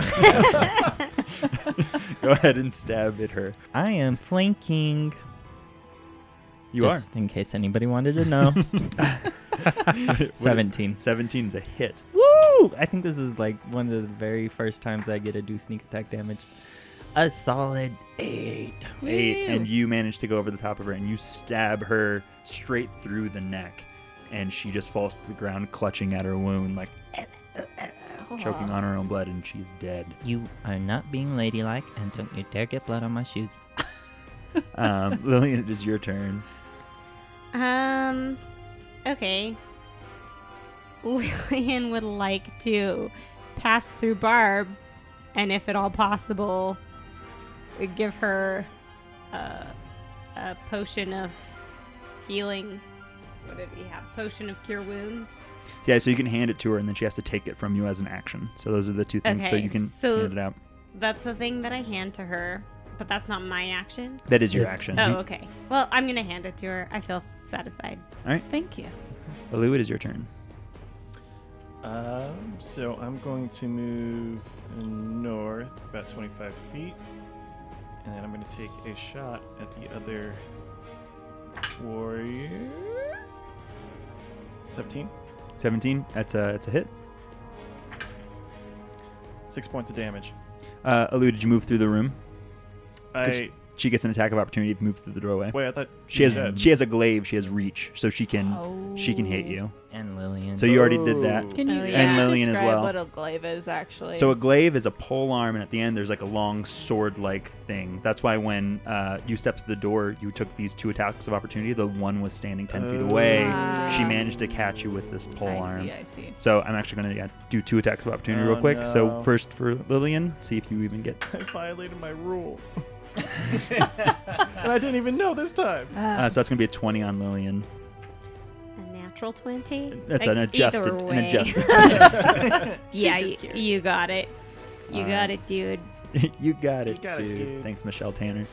S1: Go ahead and stab at her.
S4: I am flanking.
S1: You
S4: just in case anybody wanted to know.
S1: are.
S4: 17.
S1: 17 is a hit.
S4: Woo! I think this is like one of the very first times I get to do sneak attack damage. A solid eight.
S1: Eight,
S3: Woo.
S1: and you manage to go over the top of her and you stab her straight through the neck. And she just falls to the ground, clutching at her wound, like choking on her own blood, and she's dead.
S4: You are not being ladylike, and don't you dare get blood on my shoes.
S1: Um, Lillian, it is your turn.
S6: Um. Okay. Lillian would like to pass through Barb, and if at all possible, would give her a, a potion of healing. What did we have? Potion of cure wounds.
S1: Yeah, so you can hand it to her, and then she has to take it from you as an action. So those are the two things. so
S6: Okay,
S1: you can
S6: so-
S1: hand it out.
S6: That's the thing that I hand to her, but that's not my action.
S1: That is your
S2: It's-
S1: action.
S6: Oh,
S1: You-
S6: okay. Well, I'm gonna hand it to her. I feel satisfied.
S3: Thank you.
S1: Baloo, it is your turn.
S5: Um, so I'm going to move north about 25 feet, and then I'm going to take a shot at the other warrior. 17,
S1: 17. That's a that's a hit.
S5: six points of damage.
S1: Uh, Alu, did you move through the room?
S5: I
S1: She gets an attack of opportunity if you move through the doorway.
S5: wait. I thought
S1: She has
S5: said-
S1: she has a glaive. She has reach, so she can she can hit you.
S4: And Lillian.
S1: So you already did that.
S5: Oh.
S3: Can you
S6: Oh,
S3: can
S6: yeah.
S3: you
S1: And Lillian as
S3: describe
S1: well.
S3: what a glaive is actually?
S1: So a glaive is a pole arm, and at the end there's like a long sword-like thing. That's why when uh, you stepped to the door, you took these two attacks of opportunity. The one was standing ten feet away.
S3: Oh.
S1: She managed to catch you with this pole
S3: I
S1: arm.
S3: see, I see.
S1: So I'm actually going to yeah, do two attacks of opportunity
S5: Oh,
S1: real quick. So
S5: no.
S1: first for Lillian, see if you even get.
S5: I violated my rule, and I didn't even know this time.
S1: Uh, so that's going to be a 20 on Lillian.
S6: A natural 20?
S1: That's an adjusted, an adjusted.
S6: yeah,
S3: just
S6: y-
S3: curious.
S6: you got it. You
S1: All
S6: got
S1: right.
S6: it, dude.
S1: you got
S5: You
S1: it,
S5: got it,
S1: dude.
S5: dude.
S1: Thanks, Michelle Tanner.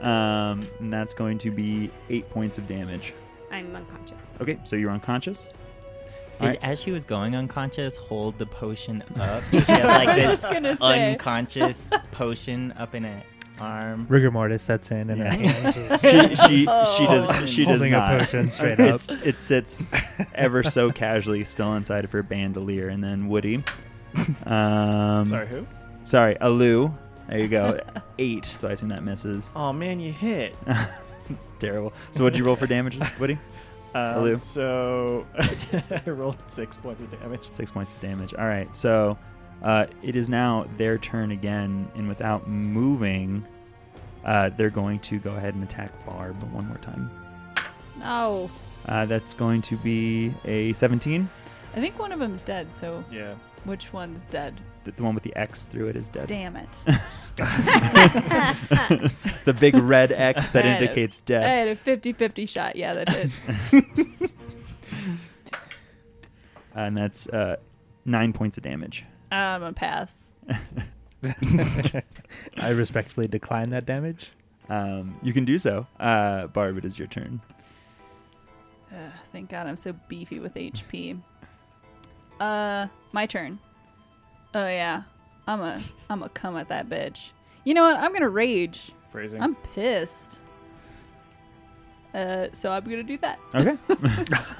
S1: um, and that's going to be eight points of damage.
S6: I'm unconscious.
S1: Okay, so you're unconscious.
S4: Did,
S1: Alright.
S4: as she was going unconscious, hold the potion up. So she had like
S3: I was
S4: this
S3: just gonna say.
S4: unconscious potion up in her arm.
S2: Rigor mortis sets in, and
S1: Yeah.
S2: her hands is
S1: she she, she
S5: Oh.
S1: does she does
S2: holding
S1: not.
S2: a potion straight up.
S1: It's, it sits ever so casually still inside of her bandolier, and then Woody. Um,
S5: Sorry, who?
S1: sorry, Alu. There you go, eight. So I assume that misses.
S5: Oh man, you hit.
S1: it's terrible. So what'd you roll for damage, Woody? Hello.
S5: Um, so I rolled six points of damage.
S1: Six points of damage. All right, so uh, it is now their turn again, and without moving, uh, they're going to go ahead and attack Barb one more time.
S3: No,
S1: Uh, that's going to be a 17.
S3: I think one of them's dead. So
S5: Yeah.
S3: which one's dead?
S1: The, the one with the X through it is dead.
S3: Damn it!
S1: the big red X that
S3: I had a-
S1: indicates
S3: I
S1: death.
S3: had a 50-50 shot. Yeah, that hits.
S1: And that's uh, nine points of damage.
S3: I'm a pass.
S2: I respectfully decline that damage.
S1: Um, you can do so. Uh, Barb, it is your turn.
S3: Ugh, thank God I'm so beefy with HP. Uh, my turn. Oh yeah, I'm a I'm a come at that bitch. You know what? I'm gonna rage.
S5: Phrasing.
S3: I'm pissed. Uh, so I'm gonna do that.
S1: Okay.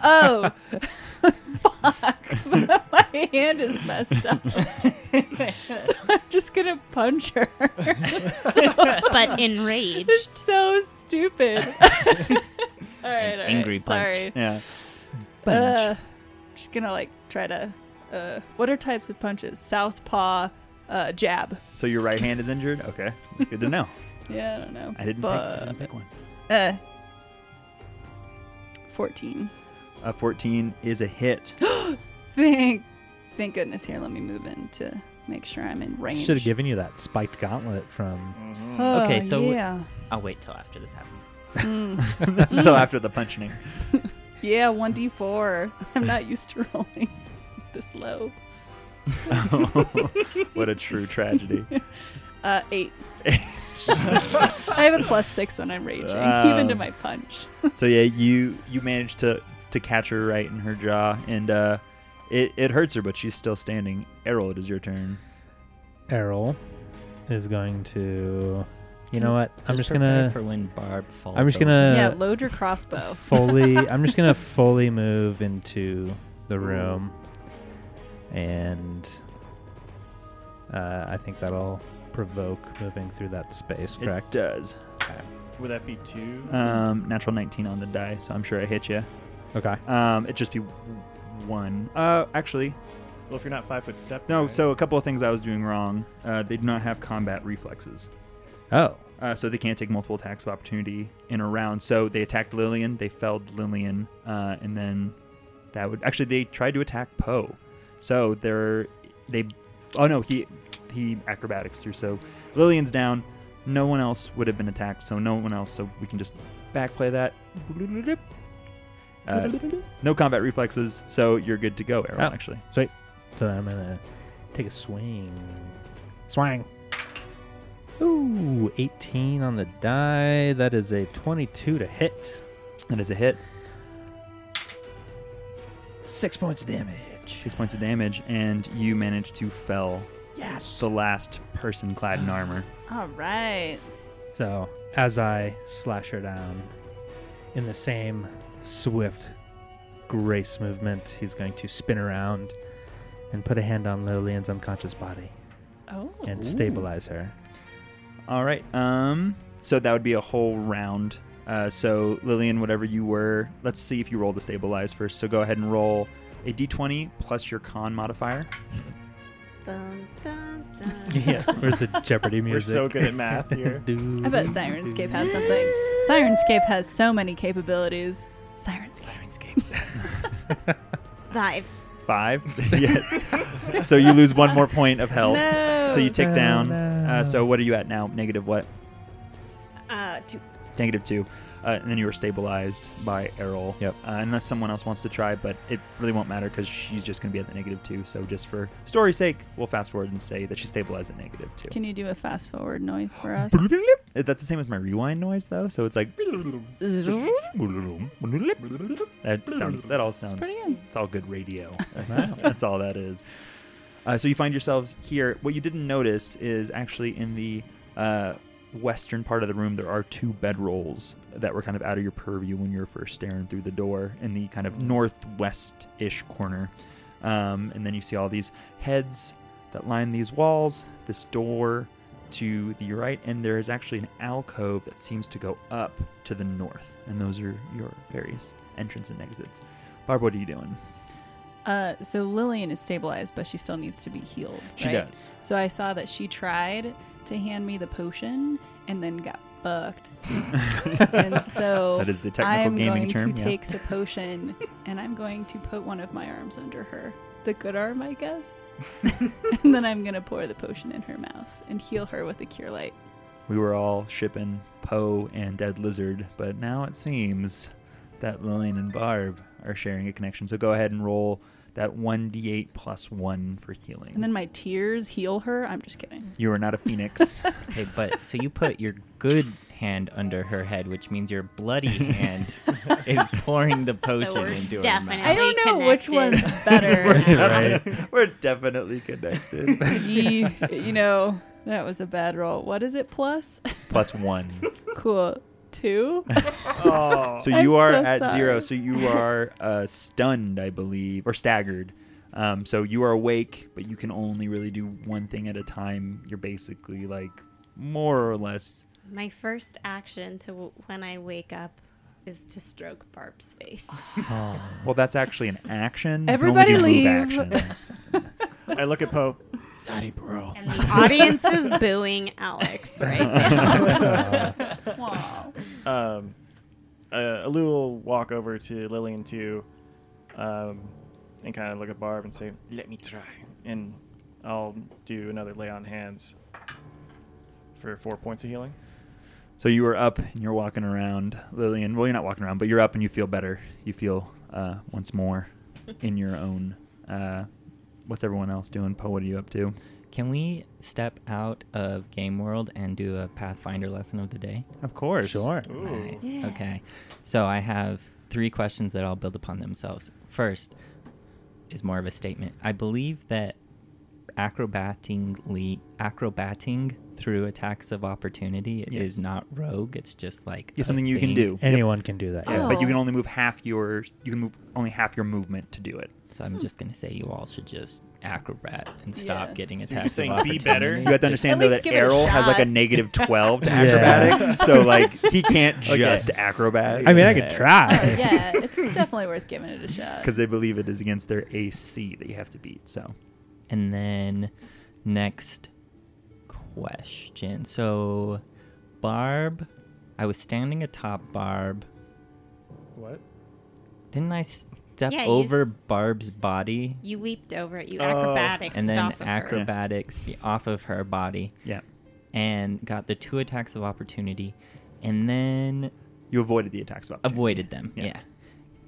S3: Oh, fuck! my hand is messed up. so I'm just gonna punch her.
S6: But enraged.
S3: it's so stupid. all right, all right.
S4: angry punch.
S3: Sorry.
S1: yeah.
S3: Uh, just gonna like try to. Uh, what are types of punches? Southpaw, uh, jab.
S1: So your right hand is injured? Okay. Good to know.
S3: Yeah, I don't know.
S1: I didn't, pick, I
S3: but,
S1: didn't pick one.
S3: Uh, fourteen.
S1: A 14 Uh, is a hit.
S3: Thank, thank goodness. Here, let me move in to make sure I'm in range.
S2: Should have given you that spiked gauntlet from.
S3: Oh,
S4: Okay, so w-
S3: yeah,
S4: I'll wait till after this happens.
S3: Mm.
S1: Until after the punching.
S3: yeah, one d four. I'm not used to rolling this low.
S1: Oh, what a true tragedy.
S3: Uh, eight. I have a plus six when I'm raging, even to
S1: Wow.
S3: my punch.
S2: Uh,
S1: So yeah, you you managed to to catch her right in her jaw, and uh, it it hurts her, but she's still standing. Errol, it is your turn.
S2: Errol is going to. You know what? I'm just
S4: Hmm. prepare
S2: gonna.
S4: for when Barb falls.
S2: I'm just
S4: over.
S2: gonna.
S3: yeah, load your crossbow.
S2: fully I'm just gonna fully move into the room and uh, I think that'll provoke moving through that space, correct?
S1: It does.
S5: Would that be two?
S1: Um, natural 19 on the die, so I'm sure I hit you.
S2: okay.
S1: Um, it'd just be one. Uh, actually,
S5: well, if you're not five foot step.
S1: no.
S5: right?
S1: So a couple of things I was doing wrong. Uh, they do not have combat reflexes.
S2: Oh.
S1: Uh, so they can't take multiple attacks of opportunity in a round. So they attacked Lillian, they felled Lillian, uh, and then that would actually they tried to attack Poe. So they're they oh no he he acrobatics through. So Lillian's down. No one else would have been attacked. So no one else. So we can just backplay that. Uh, no combat reflexes, so you're good to go, Errol.
S2: Oh.
S1: Actually,
S2: Sweet. So then I'm gonna take a swing. Swang. Ooh, 18 on the die. That is a 22 to hit.
S1: that is a hit.
S2: Six points of damage. damage.
S1: six points of damage, and you manage to fell yes. the last person clad in armor.
S8: All right.
S2: So as I slash her down in the same swift grace movement, he's going to spin around and put a hand on Lillian's unconscious body
S8: Oh.
S2: and stabilize her.
S1: All right. Um. So that would be a whole round. Uh, so Lillian, whatever you were, let's see if you roll the stabilize first. So go ahead and roll a d20 plus your con modifier.
S6: Dun, dun, dun.
S2: Yeah. Where's the Jeopardy
S5: We're
S2: music?
S5: so good at math here.
S2: Do-
S8: I bet Sirenscape has something. Sirenscape has so many capabilities. Sirenscape.
S6: Five.
S1: Five. Yeah. so you lose one more point of health.
S8: No.
S1: So you take
S2: No,
S1: down.
S2: no.
S1: Uh, so what are you at now? Negative what?
S6: Uh, two.
S1: Negative two. Uh, and then you were stabilized by Errol.
S2: Yep.
S1: Uh, unless someone else wants to try, but it really won't matter because she's just going to be at the negative two. So just for story's sake, we'll fast forward and say that she stabilized at negative two.
S8: Can you do a fast forward noise for us?
S1: That's the same as my rewind noise though, so it's like that sound that all sounds
S8: pretty good.
S1: it's all good radio. That's, that's all that is. Uh, so you find yourselves here. What you didn't notice is actually in the uh, western part of the room there are two bedrolls that were kind of out of your purview when you were first staring through the door in the kind of
S8: Mm.
S1: northwest-ish corner. Um, and then you see all these heads that line these walls, this door to the right, and there is actually an alcove that seems to go up to the north. And those are your various entrance and exits. Barb, what are you doing?
S8: Uh, so Lillian is stabilized, but she still needs to be healed. right?
S1: does.
S8: So I saw that she tried to hand me the potion and then got fucked. and so
S1: That is the technical
S8: I'm
S1: gaming
S8: going
S1: term.
S8: to
S1: yeah.
S8: take the potion and I'm going to put one of my arms under her. The good arm, I guess. and then I'm going to pour the potion in her mouth and heal her with a cure light.
S1: We were all shipping Poe and Dead Lizard, but now it seems that Lillian and Barb are sharing a connection. So go ahead and roll that 1d8 plus 1 for healing.
S8: And then my tears heal her. I'm just kidding.
S1: you are not a phoenix.
S4: Okay, but so you put your good hand under her head, which means your bloody hand is pouring the potion
S6: we're
S4: into her
S6: definitely-
S8: I
S4: mouth.
S8: don't know which
S6: connected.
S8: one's better.
S1: Right. We're definitely connected.
S8: Ye- you know, that was a bad roll. What is it plus?
S1: plus 1.
S8: cool. Two?
S5: Oh,
S1: So
S8: I'm
S1: you are
S8: so
S1: at
S8: sorry.
S1: zero. So you are uh, stunned, I believe, or staggered. Um, so you are awake, but you can only really do one thing at a time. You're basically like more or less.
S6: My first action to when I wake up is to stroke Barb's face.
S1: Well, that's actually an action. You can only
S8: Everybody
S1: do move
S8: leave.
S1: actions.
S5: I look at Poe.
S7: Sorry, bro.
S6: And the audience is booing Alex right now.
S8: Wow.
S5: Um, uh, Lou will walk over to Lillian too, um, and kind of look at Barb and say,
S7: Let me try.
S5: and I'll do another lay on hands for four points of healing.
S1: So you are up and you're walking around, Lillian. Well, you're not walking around, but you're up and you feel better. You feel uh, once more in your own. Uh, what's everyone else doing? Poe, what are you up to?
S4: Can we step out of game world and do a Pathfinder lesson of the day?
S1: Of course.
S2: Sure.
S5: Ooh.
S4: Nice.
S6: Yeah.
S4: Okay. So I have three questions that all build upon themselves. First is more of a statement. I believe that acrobatingly acrobating through attacks of opportunity
S1: Yes.
S4: is not rogue. It's just like
S1: Yeah,
S4: a
S1: something you can
S4: thing.
S1: do.
S2: Anyone can do that.
S1: Yeah, but you
S6: Oh.
S1: can only move half your you can move only half your movement to do it.
S4: So I'm just gonna say you all should just acrobat and stop
S8: Yeah.
S4: getting
S5: So you're
S4: attacks.
S5: saying
S4: of
S5: be better?
S4: opportunity.
S1: You have to
S4: Just-
S1: understand though that
S6: least give it a
S1: Errol has like a
S6: shot.
S1: negative twelve to
S2: Yeah.
S1: acrobatics, so like he can't just acrobat.
S2: I mean, I could try.
S8: Oh, yeah, it's definitely worth giving it a shot.
S1: because they believe it is against their AC that you have to beat. So
S4: And then next question. So Barb, I was standing atop Barb.
S5: What?
S4: Didn't I step
S6: Yeah, you
S4: over
S6: s-
S4: Barb's body
S6: You leaped over it. You
S5: Oh.
S6: acrobatics
S4: and then
S6: off of her.
S4: acrobatics the- off of her body
S1: yeah,
S4: and got the two attacks of opportunity and then
S1: you avoided the attacks. Of opportunity.
S4: avoided them.
S1: Yeah.
S4: Yeah.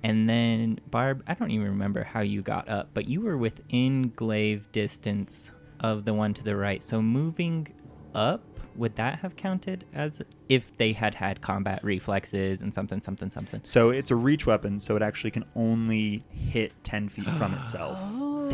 S4: And then Barb, I don't even remember how you got up, but you were within glaive distance of the one to the right. So moving up, would that have counted as if they had had combat reflexes and something, something, something?
S1: So it's a reach weapon, so it actually can only hit ten feet from itself.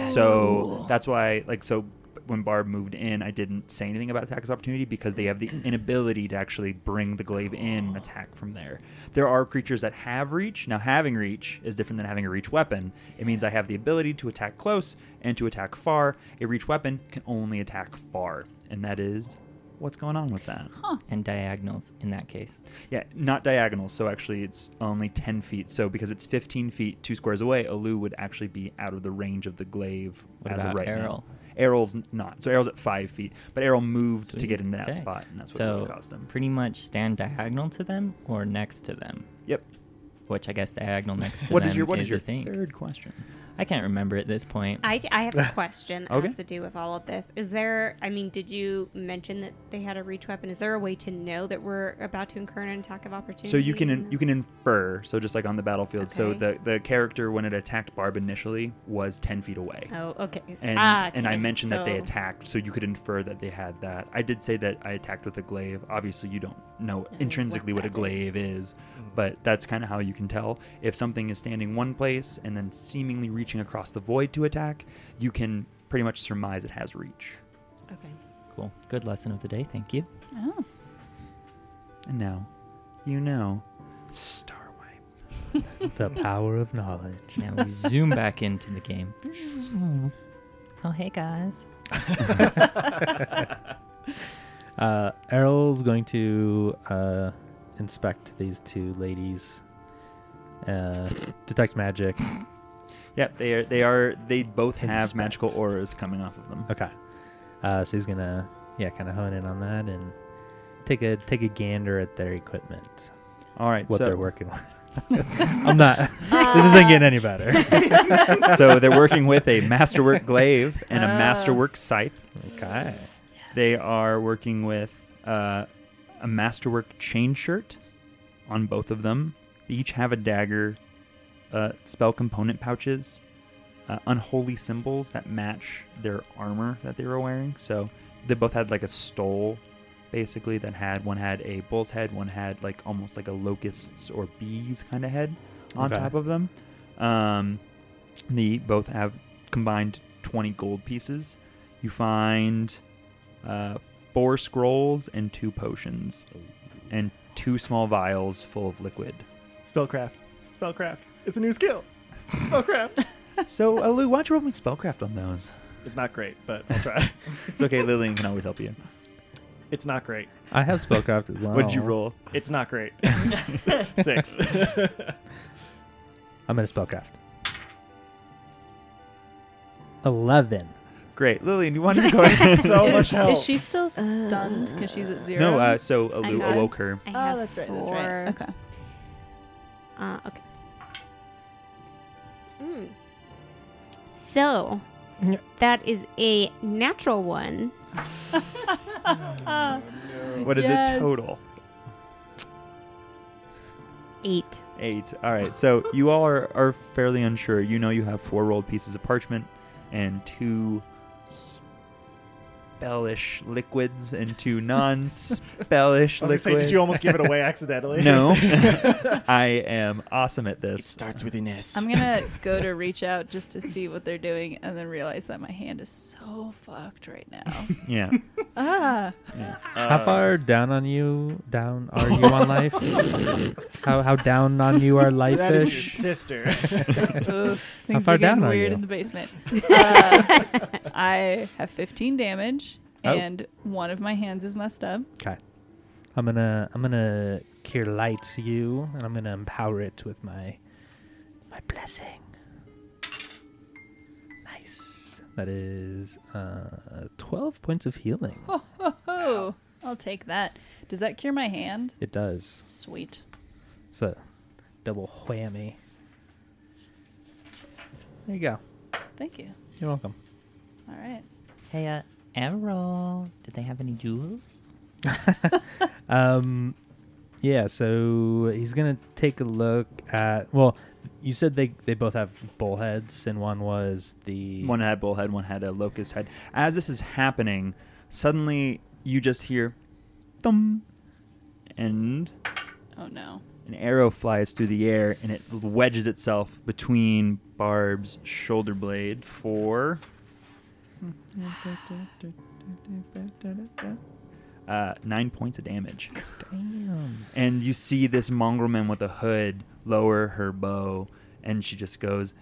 S1: so that's why, like, so when Barb moved in, I didn't say anything about attacks of opportunity because they have the inability to actually bring the glaive in and attack from there. There are creatures that have reach. Now, having reach is different than having a reach weapon. It means I have the ability to attack close and to attack far. A reach weapon can only attack far, and that is what's going on with that.
S4: and diagonals in that case.
S1: Yeah, not diagonal. So actually, it's only 10 feet. So because it's 15 feet, two squares away, Alu would actually be out of the range of the glaive
S4: What
S1: as
S4: about
S1: of right
S4: Errol?
S1: now. Errol's n- not. So Errol's at five feet, but Errol moved to
S4: Sweet.
S1: get into that
S4: Okay.
S1: spot, and that's what it
S4: so
S1: would cost him.
S4: pretty much stand diagonal to them or next to them,
S1: yep.
S4: which I guess diagonal next to
S1: What
S4: them
S1: is your what is,
S4: the
S1: your
S4: thing.
S1: third question?
S4: I can't remember at this point.
S6: I, I have a question that
S1: Okay.
S6: has to do with all of this. Is there, I mean, did you mention that they had a reach weapon? Is there a way to know that we're about to incur an attack of opportunity?
S1: So you can
S6: in
S1: in, you can
S6: this?
S1: infer. So just like on the battlefield. So the
S6: Okay.
S1: the character when it attacked Barb initially was 10 feet away.
S6: Oh, okay.
S1: and,
S6: Ah,
S1: and I
S6: okay.
S1: mentioned that they
S6: So-
S1: attacked, so you could infer that they had that. I did say that I attacked with a glaive. Obviously, you don't know
S6: Mm, what
S1: intrinsically what, a
S6: that Mm.
S1: glaive is, but that's kind of how you can tell if something is standing one place and then seemingly reaching across the void to attack. You can pretty much surmise it has reach.
S6: Okay.
S4: cool. Good lesson of the day. Thank you.
S8: Oh.
S1: And now, you know, Star Wipe.
S2: the power of knowledge.
S4: Now we zoom back into the game. Oh hey guys.
S2: Uh, Errol's going to uh, inspect these two ladies, uh, detect magic.
S1: Yep, they are. They are. They both have
S2: Inspect.
S1: magical auras coming off of them.
S2: Okay, uh, so he's gonna yeah, kind of hone in on that and take a take a gander at their equipment,
S1: All right,
S2: what
S1: so
S2: they're working with. I'm not. this isn't getting any better.
S1: so they're working with a masterwork glaive and a
S8: Ah.
S1: masterwork scythe.
S2: okay.
S1: They are working with uh, a masterwork chain shirt on both of them. They each have a dagger, uh, spell component pouches, uh, unholy symbols that match their armor that they were wearing. So they both had like a stole, basically, that had one had a bull's head, one had like almost like a locust's or bees kind of head on
S2: Okay.
S1: top of them. Um, they both have combined 20 gold pieces. You find uh, four scrolls and two potions, and two small vials full of liquid.
S5: Spellcraft. Spellcraft. It's a new skill. Spellcraft.
S1: so, uh, Lou, why don't you roll me spellcraft on those?
S5: it's not great, but I'll try.
S1: It's okay, Lillian can always help you.
S5: it's not great.
S2: I have spellcraft as well.
S1: What'd you roll?
S5: It's not great. Six.
S2: I'm gonna spellcraft. Eleven.
S1: Great, Lillian, you want to go ahead?
S5: so
S8: is,
S5: much help.
S8: is she still stunned because she's at zero?
S1: no, uh, so uh,
S6: I
S1: Lou
S6: have-
S1: awoke her.
S6: I
S8: oh,
S6: have
S8: that's right. That's
S6: four-
S8: right. Okay.
S6: Uh, okay. Mm. So,
S2: Yeah.
S6: that is a natural one.
S1: What is
S8: Yes.
S1: it total?
S6: Eight.
S1: Eight. All right, so you all are, are fairly unsure. You know you have four rolled pieces of parchment and two spellish liquids and two non-spellish
S5: I was gonna
S1: liquids.
S5: say, did you almost give it away accidentally?
S1: No, I am awesome at
S7: It
S1: this.
S7: starts with an S.
S8: I'm gonna go to reach out just to see what they're doing, and then realize that my hand is so fucked right now.
S1: Yeah.
S8: ah,
S1: yeah.
S5: Uh,
S2: How far down on you down are you on life? how how down on you are life
S5: That is your
S2: ish?
S5: sister.
S8: Oof, things
S2: far
S8: are getting
S2: down are
S8: weird
S2: you?
S8: in the basement. Uh, I have 15 damage,
S2: Oh.
S8: and one of my hands is messed up.
S2: Okay. I'm gonna I'm gonna cure light you and I'm gonna empower it with my my blessing. Nice. That is uh, twelve points of healing.
S8: Oh, I'll take that. Does that cure my hand?
S2: It does.
S8: Sweet.
S2: It's a double whammy. There you go.
S8: Thank you.
S2: You're welcome.
S8: All right.
S4: Hey uh Errol. Did they have any jewels?
S2: Um, yeah. So he's gonna take a look at. Well, you said they they both have bull heads, and one was the
S1: One had bullhead, one had a locust head. As this is happening, suddenly you just hear thum and
S8: Oh no.
S1: an arrow flies through the air and it wedges itself between Barb's shoulder blade for uh, nine points of damage.
S4: Damn.
S1: And you see this mongrelman with a hood lower her bow, and she just goes,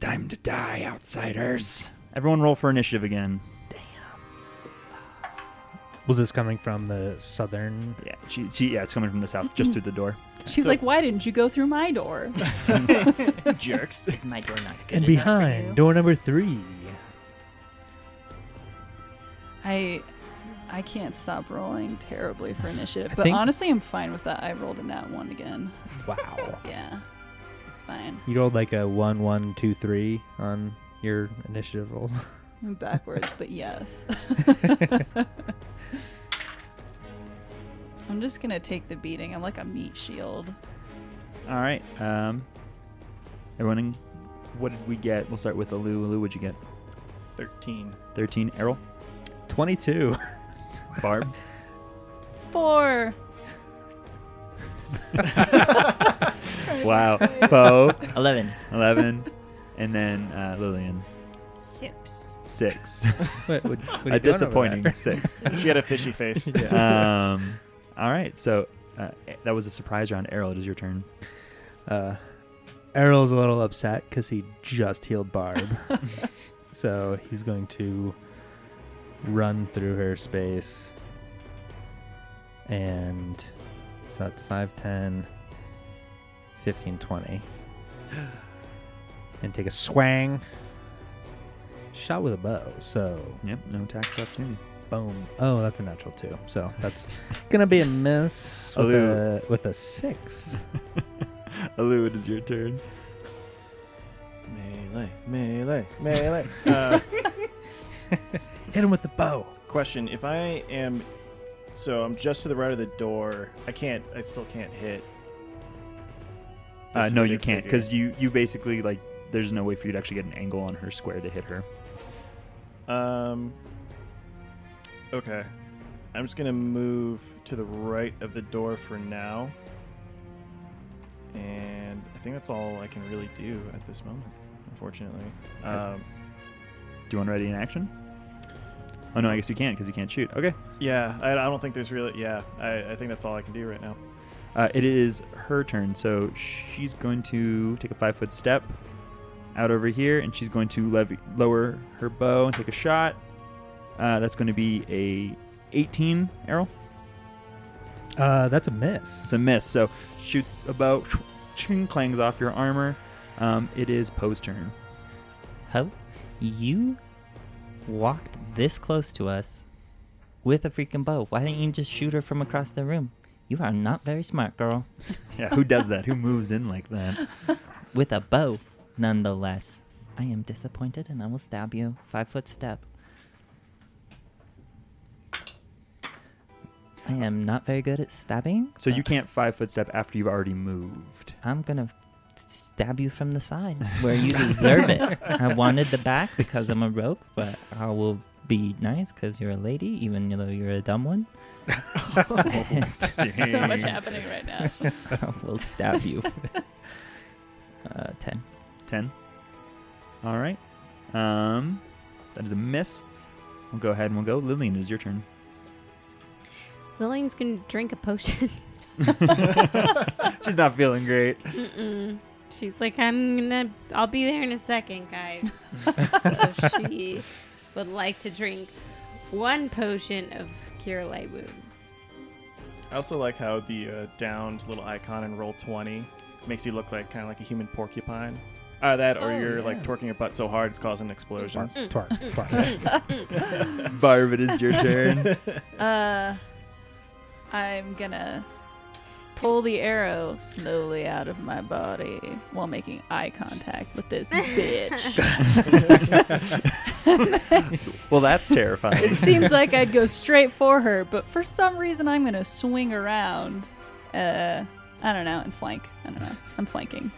S1: Time to die, outsiders. Everyone roll for initiative again.
S2: Was this coming from the southern?
S1: Yeah, she, she yeah, it's coming from the south, just through the door.
S3: She's
S5: So-
S3: like, why didn't you go through my door?
S5: Jerks.
S4: Is my door not good
S2: and
S4: enough for you?
S2: behind door number three.
S3: I I can't stop rolling terribly for initiative,
S4: I
S3: but
S4: think-
S3: honestly, I'm fine with that. I rolled in that one again.
S2: Wow.
S3: Yeah, it's fine.
S2: You rolled like a one, one, two, three on your initiative rolls.
S3: I'm backwards, but yes. I'm just gonna take the beating. I'm like a meat shield.
S1: All right. Um, everyone, in- what did we get? We'll start with Alu. Alu, what'd you get?
S5: 13.
S1: 13. Errol?
S2: Twenty-two.
S1: Barb?
S3: Four.
S1: wow. Bo?
S4: 11.
S1: 11. And then uh, Lillian?
S6: Six.
S1: Six.
S2: What- what- what are you doing
S1: a
S2: over
S1: disappointing
S2: there?
S1: six.
S5: She had a fishy face.
S1: um, all right. So uh, that was a surprise round. Errol, it is your turn.
S2: Uh, Errol's a little upset because he just healed Barb. so he's going to run through her space. And so that's 5, 10, 15, 20. And take a swang. Shot with a bow. So
S1: Yep. No tax opportunity.
S2: boom. Oh, that's a natural two. So that's going to be a miss with
S1: Although-
S2: a, with a 6.
S1: Alu, it is your turn.
S5: melee, melee, melee. Uh,
S2: Hit him with the bow.
S5: question if i am so i'm just to the right of the door i can't i still can't hit
S1: Uh,
S5: this
S1: no,
S5: hooded
S1: you can't
S5: figure.
S1: because you you basically like there's no way for you to actually get an angle on her square to hit her.
S5: um okay i'm just gonna move to the right of the door for now and i think that's all i can really do at this moment unfortunately um,
S1: Do you want to ready in action? Oh no, I guess you can't because you can't shoot. Okay.
S5: yeah I, I don't think there's really yeah I, I think that's all i can do right now
S1: Uh, it is her turn, so she's going to take a five foot step out over here, and she's going to levy, lower her bow and take a shot. Uh, that's going to be a 18 arrow.
S2: Uh, that's a miss.
S1: It's a miss, so shoots a bow, ching, clangs off your armor. Um, it is Poe's turn.
S4: Ho, you walked this close to us with a freaking bow. Why didn't you just shoot her from across the room? You are not very smart, girl.
S1: Yeah, who does that? Who moves in like that?
S4: With a bow, nonetheless. I am disappointed and I will stab you. Five foot step. I am not very good at stabbing.
S1: So you
S4: but
S1: can't five foot step after you've already moved.
S4: I'm gonna stab you from the side where you deserve it. I wanted the back because I'm a rogue, but I will be nice because you're a lady, even though you're a dumb one.
S3: So
S1: Dang.
S3: much happening right now.
S4: I will stab you. uh, ten.
S1: 10. All right. Um, that is a miss. We'll go ahead and we'll go. Lillian, it is your turn.
S6: Lillian's gonna drink a potion.
S1: She's not feeling great.
S6: Mm-mm. She's like, I'm gonna, I'll be there in a second, guys. so she would like to drink one potion of cure light wounds.
S5: I also like how the uh, downed little icon in roll 20 makes you look like kind of like a human porcupine. Uh, that or
S4: Oh,
S5: you're
S4: yeah.
S5: like twerking your butt so hard it's causing
S2: Twerk,
S5: explosions.
S2: twerk, twerk.
S1: Barb, it is your turn.
S3: Uh, I'm gonna pull the arrow slowly out of my body while making eye contact with this bitch.
S1: well, that's terrifying.
S3: it seems like I'd go straight for her, but for some reason I'm gonna swing around. Uh, I don't know, and flank. I don't know. I'm flanking.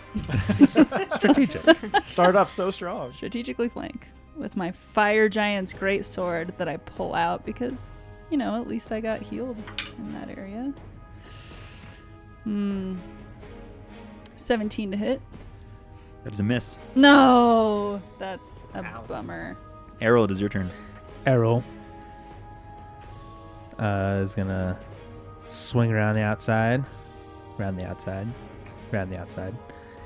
S2: Strategic.
S5: Start off so strong.
S3: strategically flank with my fire giant's great sword that I pull out because, you know, at least I got healed in that area. Hmm. 17 to hit.
S1: That is a miss.
S3: No, that's a bummer.
S1: Errol, it is your turn.
S2: Errol uh, is gonna swing around the outside, around the outside, around the outside,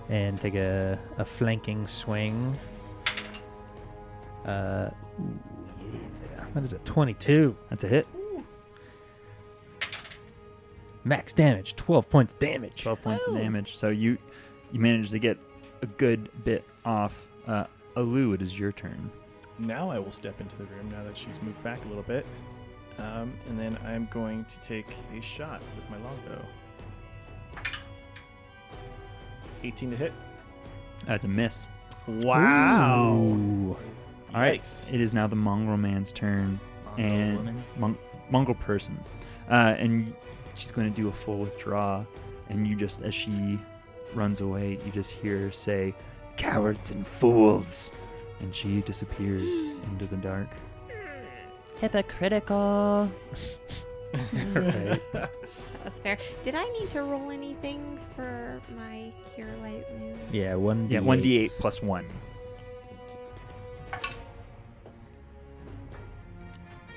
S2: and take a, a flanking swing. Uh, ooh, yeah. That is a 22.
S1: That's a hit.
S2: Max damage, 12 points damage.
S1: 12 points of damage. So you you managed to get a good bit off. Uh, Alu, it is your turn.
S5: Now I will step into the room now that she's moved back a little bit. Um, and then I'm going to take a shot with my longbow. 18 to hit.
S1: That's a miss.
S5: Wow.
S2: Ooh.
S1: All right.
S5: Yikes.
S1: It is now the mongrel man's turn.
S4: Mongrel
S1: and
S4: woman.
S1: Mon- mongrel person, uh, and she's going to do a full withdraw. And you just, as she runs away, you just hear her say, "Cowards and fools," and she disappears into the dark.
S4: Hypocritical.
S2: Right.
S6: That was fair. Did I need to roll anything for my cure light wound?
S2: Yeah, one.
S1: Yeah, one d8 plus one.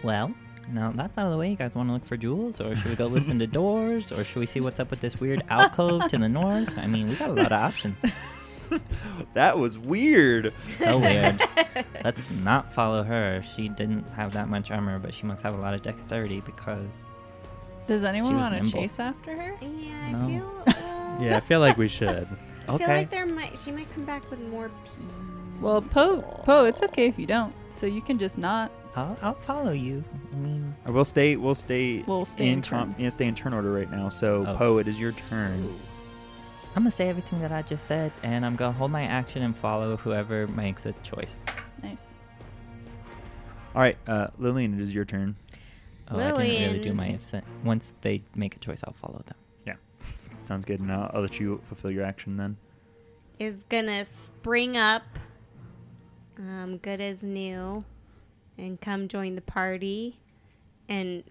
S4: Well, now that's out of the way. You guys want to look for jewels, or should we go listen to doors, or should we see what's up with this weird alcove to the north? I mean, we got a lot of options.
S1: That was weird.
S4: So weird. Let's not follow her. She didn't have that much armor, but she must have a lot of dexterity because
S8: Does anyone
S4: was
S8: want to
S4: nimble.
S8: chase after her?
S6: Yeah,
S4: No.
S6: I feel. Uh,
S2: Yeah, I feel like we should.
S6: I feel
S4: Okay.
S6: like there might. She might come back with more pee.
S8: Well, Poe, Poe, it's okay if you don't. So you can just not.
S4: I'll, I'll follow you. I mean,
S1: Uh, We'll stay. We'll stay.
S8: We'll stay in
S1: com- yeah, stay in turn order right now. So
S4: Oh.
S1: Poe, it is your turn.
S4: I'm gonna say everything that I just said, and I'm gonna hold my action and follow whoever makes a choice.
S8: Nice.
S1: All right, uh, Lillian, it is your turn.
S4: Oh, I didn't really do my
S6: Lillian.
S4: absent. Once they make a choice, I'll follow them.
S1: Sounds good, and I'll, I'll let you fulfill your action then.
S6: Is gonna spring up, um, good as new, and come join the party. And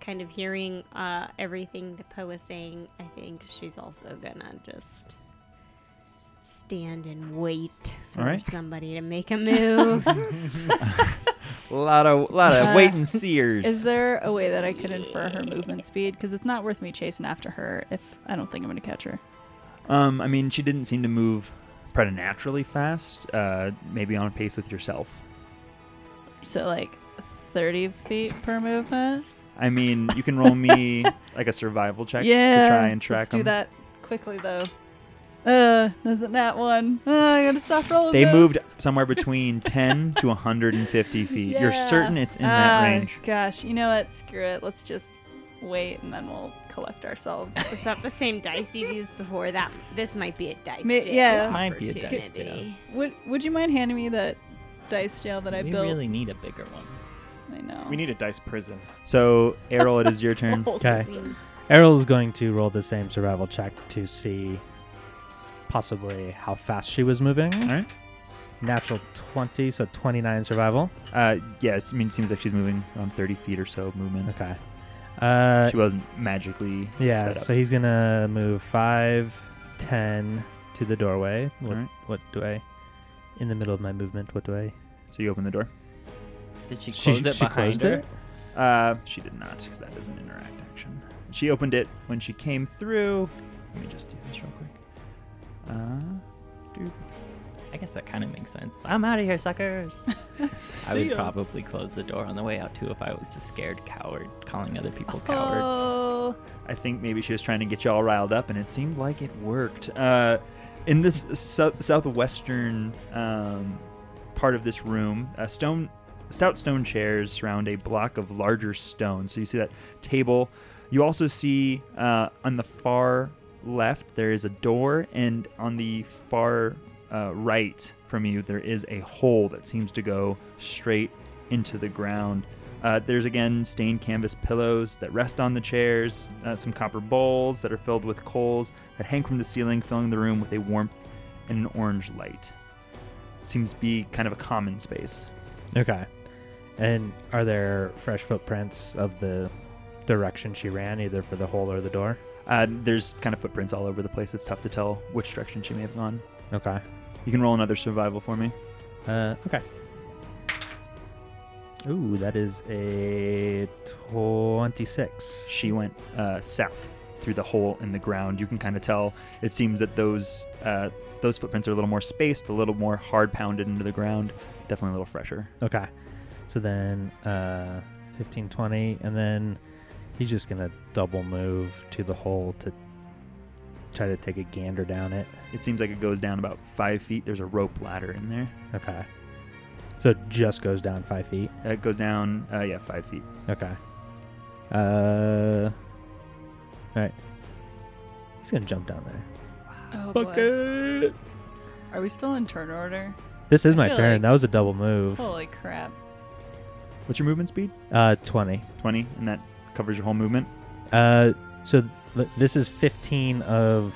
S6: kind of hearing uh, everything that Poe was saying, I think she's also gonna just stand and wait for
S1: All right.
S6: somebody to make a move.
S1: A lot of lot of
S8: Uh,
S1: wait and seers.
S8: Is there a way that I could infer her movement speed? Because it's not worth me chasing after her if I don't think I'm going to catch her.
S1: Um, I mean, she didn't seem to move preternaturally fast. Uh, maybe on a pace with yourself.
S8: So like 30 feet per movement.
S1: I mean, you can roll me like a survival check
S8: yeah.
S1: to try and track
S8: Let's
S1: them.
S8: do that quickly though. Uh, there's a nat one. Uh, I gotta stop rolling.
S1: They
S8: those.
S1: moved somewhere between 10 to 150 feet. You're
S8: Yeah.
S1: certain it's in that
S8: Ah,
S1: range.
S8: Gosh, you know what? Screw it. Let's just wait and then we'll collect ourselves.
S6: Is that the same dice you used before? That this might be a dice.
S8: Ma-
S6: jail
S8: yeah. This
S4: might be a dice
S6: opportunity.
S8: would Would you mind handing me that dice jail that I
S4: we
S8: built?
S4: really need a bigger one.
S8: I know.
S5: We need a dice prison.
S1: So, Errol, it is your turn.
S8: Oh.
S6: Whole
S2: Okay.
S6: system.
S2: Errol's going to roll the same survival check to see possibly how fast she was moving.
S1: All right.
S2: Natural 20, so 29 survival.
S1: Uh, yeah, I mean, it seems like she's moving around 30 feet or so of movement.
S2: Okay. Uh,
S1: She wasn't magically
S2: yeah,
S1: sped up.
S2: so he's going to move 5, 10 to the doorway. What,
S1: Alright.
S2: what do I, in the middle of my movement, what do I?
S1: so you open the door.
S4: Did she
S2: She-
S4: close it
S2: she
S4: behind
S2: closed
S4: her?
S2: it?
S1: Uh, she did not, because that is an interact action. She opened it when she came through. Let me just do this real quick. Uh, doop.
S4: I guess that kind of makes sense. I'm out of here, suckers. I would
S8: ya.
S4: probably close the door on the way out too if I was a scared coward calling other people cowards.
S8: Oh,
S1: I think maybe she was trying to get you all riled up, and it seemed like it worked. Uh, in this sou- southwestern um, part of this room, a stone, stout stone chairs surround a block of larger stone. So you see that table. You also see uh, on the far left there is a door, and on the far uh, right from you there is a hole that seems to go straight into the ground. Uh, there's again stained canvas pillows that rest on the chairs, uh, some copper bowls that are filled with coals that hang from the ceiling, filling the room with a warmth and an orange light. Seems to be kind of a common space.
S2: Okay. And are there fresh footprints of the direction she ran, either for the hole or the door?
S1: Uh, there's kind of footprints all over the place. It's tough to tell which direction she may have gone.
S2: Okay.
S1: You can roll another survival for me.
S2: Uh, okay. Ooh, that is a 26.
S1: She went uh, south through the hole in the ground. You can kind of tell. It seems that those uh, those footprints are a little more spaced, a little more hard pounded into the ground. Definitely a little fresher.
S2: Okay. So then uh, 15, 20, and then he's just going to double move to the hole to try to take a gander down it.
S1: It seems like it goes down about five feet. There's a rope ladder in there.
S2: Okay. So it just goes down five feet.
S1: Uh, It goes down, uh, yeah, five feet.
S2: Okay. Uh. All right. He's gonna jump down there.
S8: Oh, boy.
S1: Bucket.
S8: Are we still in turn order?
S2: This is
S8: I
S2: my
S8: feel
S2: turn.
S8: like-
S2: that was a double move.
S8: Holy crap.
S1: What's your movement speed?
S2: Uh, twenty.
S1: Twenty, and that covers your whole movement.
S2: Uh, so th- this is fifteen of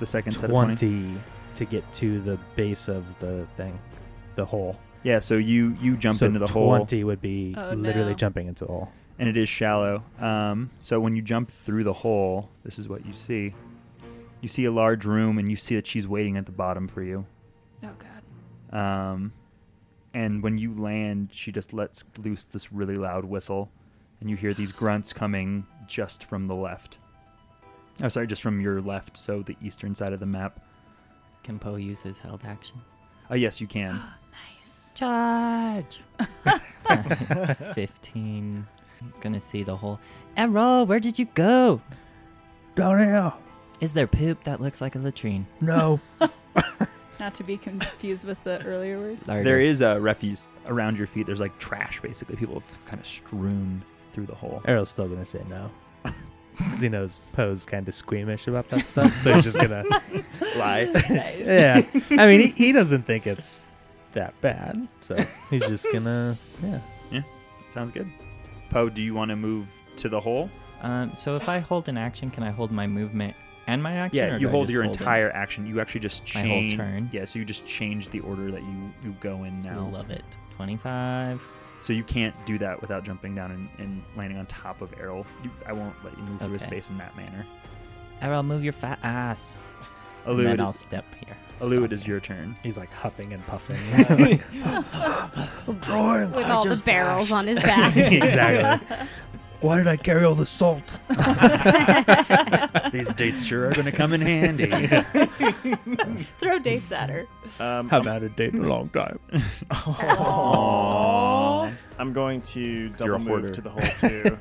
S1: The second set of
S2: twenty,
S1: twenty.
S2: to get to the base of the thing, the hole.
S1: Yeah, so you you jump
S2: So
S1: into the
S2: 20
S1: hole,
S2: Twenty would be
S8: Oh,
S2: literally
S8: no.
S2: jumping into the hole.
S1: and it is shallow. Um, so when you jump through the hole, this is what you see. You see a large room, and you see that she's waiting at the bottom for you.
S8: Oh god.
S1: Um, and when you land, she just lets loose this really loud whistle, and you hear these grunts coming just from the left. Oh, sorry, just from your left, so the eastern side of the map.
S4: Can Poe use his held action?
S1: Uh, yes, you can.
S8: Nice.
S4: Charge! 15. He's gonna see the whole. Emerald, where did you go?
S2: Down here.
S4: Is there poop that looks like a latrine?
S2: No.
S8: Not to be confused with the earlier word.
S4: Larger.
S1: There is uh, refuse around your feet. There's like trash, basically. People have kind of strewn through the hole.
S2: Errol's still gonna say no. Because he knows Poe's kind of squeamish about that stuff, so he's just gonna
S1: Lie.
S8: Nice.
S2: yeah. I mean, he, he doesn't think it's that bad, so he's just gonna yeah.
S1: Sounds good. Poe, do you want to move to the hole?
S4: Um, so if I hold an action, can I hold my movement and my action?
S1: Yeah,
S4: or
S1: you
S4: do I
S1: hold
S4: just
S1: your
S4: it?
S1: entire action. You actually just
S4: My whole
S1: change
S4: turn?
S1: Yeah, so you just change the order that you you go in now.
S4: Love it. 25.
S1: So you can't do that without jumping down and, and landing on top of Errol. You, I won't let you move through his
S4: Okay.
S1: space in that manner.
S4: Errol, move your fat ass. And
S1: Aluid,
S4: then I'll step here.
S1: Aluid
S4: Stop
S1: is
S4: here.
S1: your turn.
S2: He's like huffing and puffing. I'm drawing
S6: with all the barrels on his back.
S2: exactly. Why did I carry all the salt?
S1: These dates sure are going to come in handy.
S8: Throw dates at her.
S5: Um,
S2: Haven't had a date in a long time.
S1: Aww.
S5: I'm going to
S1: You're a
S5: double
S1: hoarder.
S5: move to the hole too.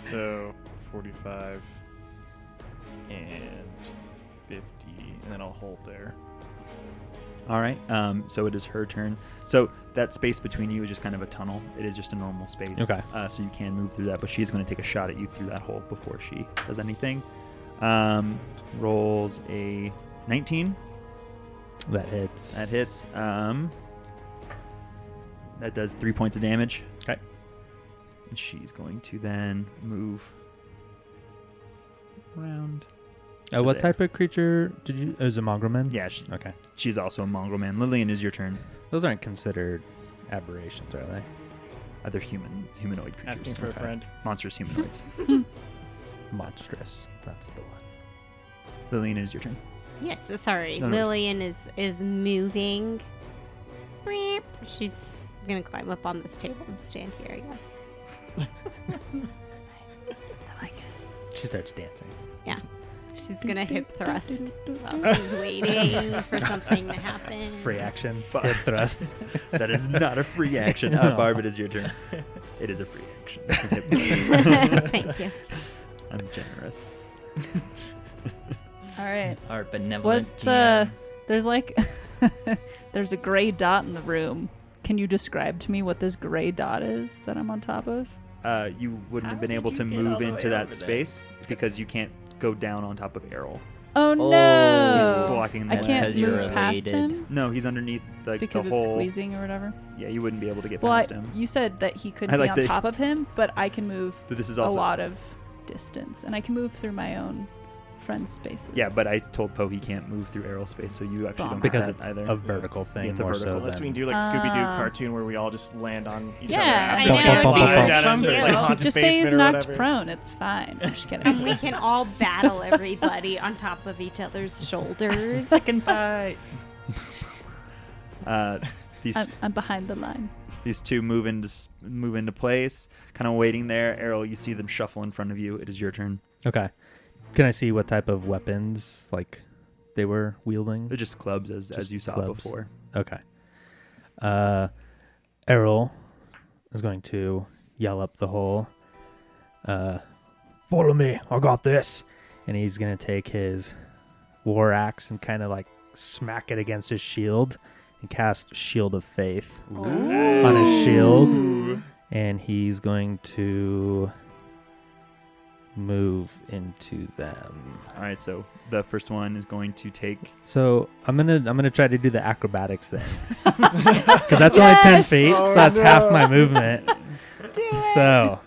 S5: so 45 and 50, and then I'll hold there.
S1: All right. Um, so it is her turn. So that space between you is just kind of a tunnel. It is just a normal space.
S2: Okay.
S1: Uh, so you can move through that, but she's going to take a shot at you through that hole before she does anything. Um, rolls a 19.
S2: That hits.
S1: That hits. Um, that does three points of damage.
S2: Okay.
S1: And she's going to then move around.
S2: Uh, what type of creature did you? oh, It was a mongrelman.
S1: Yeah, she,
S2: Okay.
S1: she's also a mongrel man. Lillian is your turn.
S2: Those aren't considered aberrations, are they?
S1: Other human humanoid creatures.
S5: Asking for
S1: Okay.
S5: a friend.
S1: Monsters humanoids.
S2: Monstrous. That's the one.
S1: Lillian is your turn.
S6: Yes, uh, sorry.
S1: No, no, it's-
S6: Lillian is is moving. Beep. She's gonna climb up on this table and stand here, I guess.
S2: She starts dancing.
S6: She's gonna hip thrust while she's waiting for something to happen.
S2: Free action.
S1: Fuck.
S2: Hip thrust.
S1: That is not a free action. Uh, Barb, it is your turn. It is a free action.
S6: Thank you.
S1: I'm generous.
S8: All right.
S4: Our benevolent.
S8: What uh there's like there's a gray dot in the room. Can you describe to me what this gray dot is that I'm on top of?
S1: Uh, you wouldn't have been able to move into that space because you can't go down on top of Errol.
S8: Oh,
S1: He's
S8: no.
S1: blocking the
S8: I
S1: way.
S8: can't
S4: because you're
S8: move past
S4: related.
S8: him
S1: No, he's underneath like
S8: because
S1: the
S8: it's
S1: whole.
S8: squeezing or whatever.
S1: Yeah, you wouldn't be able to get
S8: Well, I,
S1: past him.
S8: you said that he could
S1: I
S8: be
S1: like
S8: on
S1: that-
S8: top of him, but I can move
S1: But this is
S8: a
S1: also
S8: lot of distance and I can move through my own friend spaces.
S1: Yeah, but I told Poe he can't move through Errol space, so you actually
S8: Bummer.
S1: don't
S2: because
S1: have
S2: it's
S1: that either.
S2: a vertical thing
S1: Yeah, it's a
S2: more
S1: vertical.
S2: so
S5: Unless
S2: than-
S5: we can do like Scooby Doo
S8: Ah.
S5: cartoon where we all just land on each
S8: Yeah,
S5: other.
S8: I
S5: Like,
S8: know. Bump,
S5: slide
S2: bump,
S5: down
S6: bump.
S5: into,
S6: Thank
S5: like,
S6: you.
S5: haunted
S8: just say he's
S5: basement or
S8: knocked
S5: whatever.
S8: prone. It's fine. I'm just kidding.
S6: And we can all battle everybody on top of each other's shoulders.
S4: Second fight.
S1: Uh, these
S8: I'm, I'm behind the line.
S1: these two move into s- move into place, kind of waiting there. Errol, you see them shuffle in front of you. It is your turn.
S2: Okay. Can I see what type of weapons like they were wielding?
S1: They're just clubs, as as
S2: Just
S1: you saw
S2: clubs.
S1: before.
S2: Okay. Uh, Errol is going to yell up the hole. Uh, follow me. I got this. And he's going to take his war axe and kind of like smack it against his shield and cast Shield of Faith on his shield. And he's going to move into them.
S1: All right, so the first one is going to take.
S2: So I'm gonna I'm gonna try to do the acrobatics thing because that's only ten
S8: Yes!
S2: feet,
S5: Oh,
S2: so that's half
S5: no.
S2: my movement. So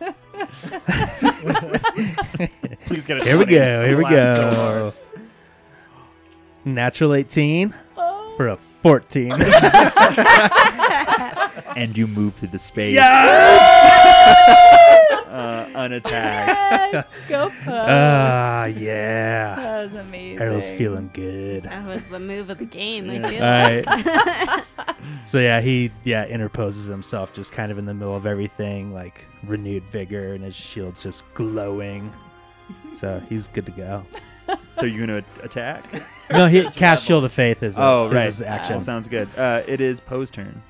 S5: Please get it.
S2: here we
S5: funny.
S2: go, here we
S5: Laugh so hard.
S2: go. Natural 18
S6: Oh,
S2: for a 14.
S1: and you move through the space uh, unattacked.
S8: Yes, go Puck.
S2: Ah, yeah.
S8: that was amazing.
S2: Errol's feeling good.
S6: That was the move of the game. I feel.
S2: All right. so yeah, he yeah interposes himself just kind of in the middle of everything, like renewed vigor, and his shield's just glowing. So he's good to go.
S1: So you're going to attack?
S2: No, he cast Shield of Faith is a,
S1: Oh,
S2: is
S1: right.
S2: his action.
S1: Well, sounds good. Uh, it is Poe's turn.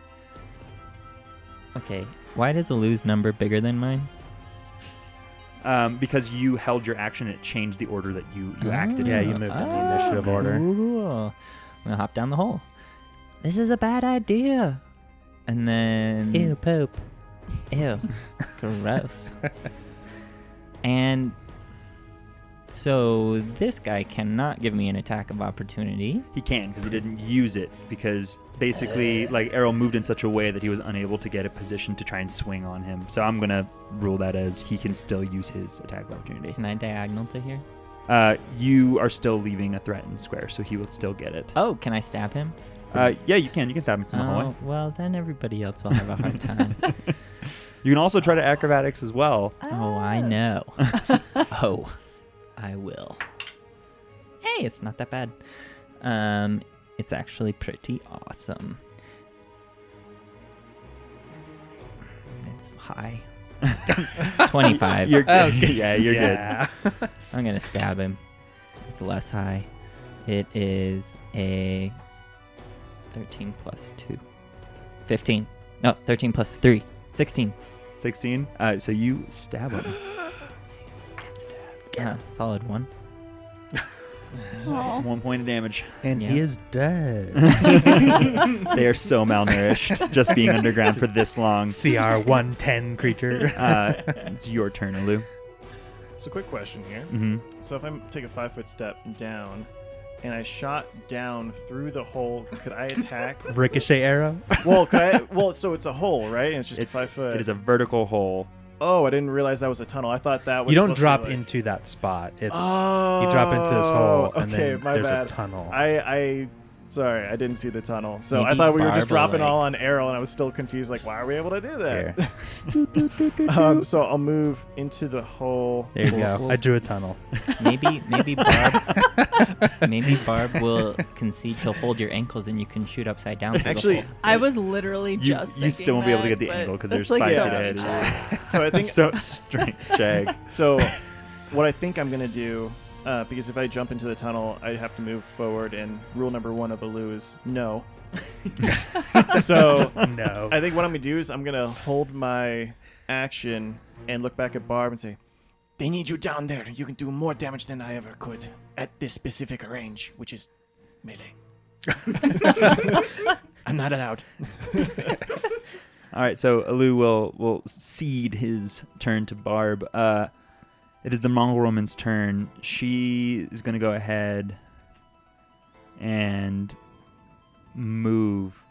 S4: Okay. Why does Alu's number bigger than mine?
S1: Um, because you held your action, it changed the order that you, you acted.
S2: Yeah, you
S1: in.
S2: moved in the initiative order.
S4: Mm. Ah, Cool. I'm gonna hop down the hole. This is a bad idea. And then
S2: Pope.
S4: Ew. Gross. and so this guy cannot give me an attack of opportunity.
S1: He can because he didn't use it because basically, like Errol moved in such a way that he was unable to get a position to try and swing on him. So I'm gonna rule that as he can still use his attack of opportunity.
S4: Can I diagonal to here?
S1: Uh, you are still leaving a threatened square, so he will still get it.
S4: Oh, can I stab him?
S1: Uh, yeah, you can. You can stab him from the
S4: Oh,
S1: hallway.
S4: well, then everybody else will have a hard time.
S1: You can also try to acrobatics as well.
S4: oh, I know. oh, I will. Hey, it's not that bad. Um, it's actually pretty awesome. It's high. 25.
S1: You're good. yeah, you're
S4: I'm gonna stab him. It's less high. It is a 13 plus 2. 15. No, 13 plus 3. 16.
S1: good. 16. Uh, so you stab him.
S4: Yeah, Uh, solid one.
S1: One point of damage.
S2: And
S4: Yeah.
S2: he is dead.
S1: They are so malnourished just being underground for this long.
S2: CR 110 creature.
S1: Uh, it's your turn, Alu.
S5: So, quick question here.
S1: hmm
S5: So, if I take a five foot step down and I shot down through the hole, could I attack?
S2: Ricochet arrow.
S5: well, could I? Well, so it's a hole, right? And it's just
S1: It's,
S5: five foot.
S1: it is a vertical hole.
S5: oh, I didn't realize that was a tunnel. I thought that was.
S2: You don't
S5: supposed to be
S2: drop
S5: like-
S2: into that spot. It's
S5: Oh,
S2: you drop into this hole and
S5: okay,
S2: then
S5: my
S2: there's
S5: bad.
S2: a tunnel.
S5: I, I, sorry, I didn't see the tunnel. So I
S4: Maybe
S5: thought we were
S4: Barba,
S5: just dropping
S4: like-
S5: all on Errol, and I was still confused. Like, why are we able to do
S2: Here.
S5: that? um, so I'll move into the hole.
S2: There you
S4: Cool,
S2: go.
S4: cool.
S2: I drew a tunnel.
S4: Maybe maybe Barb maybe Barb will concede to hold your ankles and you can shoot upside down. through the
S5: Actually,
S4: hole.
S8: I was literally
S1: You-
S8: just.
S1: you
S8: thinking
S1: still won't be able to
S8: that,
S1: get the
S8: but
S1: angle 'cause
S8: that's
S1: there's five
S8: so
S5: feet
S8: many
S1: ahead.
S8: times.
S5: so I think
S1: So strength check.
S5: So, what I think I'm gonna do, uh, because if I jump into the tunnel, I have to move forward, and rule number one of Alu is no. so
S2: no.
S5: I think what I'm gonna do is I'm gonna hold my action and look back at Barb and say,
S7: They need you down there. You can do more damage than I ever could at this specific range, which is melee. I'm not allowed.
S1: All right, so Alu will will cede his turn to Barb. Uh, it is the Mongol woman's turn. She is going to go ahead and move.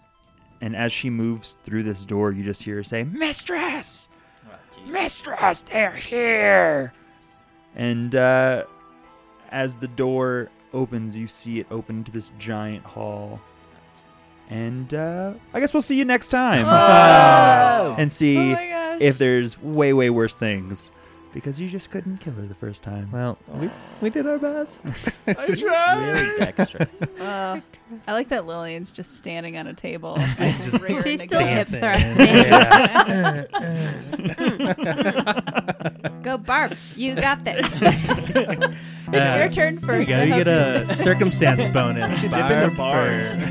S1: And as she moves through this door, you just hear her say, "Mistress, mistress, they're here." And uh, as the door opens, you see it open to this giant hall. And uh, I guess we'll see you next time
S8: Oh!
S1: and see
S8: my gosh.
S1: if there's way way worse things because you just couldn't kill her the first time.
S2: Well,
S1: we, we did our best.
S5: I tried.
S4: Really dexterous.
S8: Uh, I like that Lillian's just standing on a table. and
S2: Just
S8: rearing
S6: She's
S8: it
S6: still
S8: again.
S6: hip
S2: dancing.
S6: thrusting. Go barf. You got this.
S8: It's
S2: Uh,
S8: your turn
S2: there you
S8: first.
S2: go.
S8: I
S2: You
S8: hope
S2: get a circumstance bonus.
S5: Dip in the
S2: Barb
S5: bar.
S2: Bird.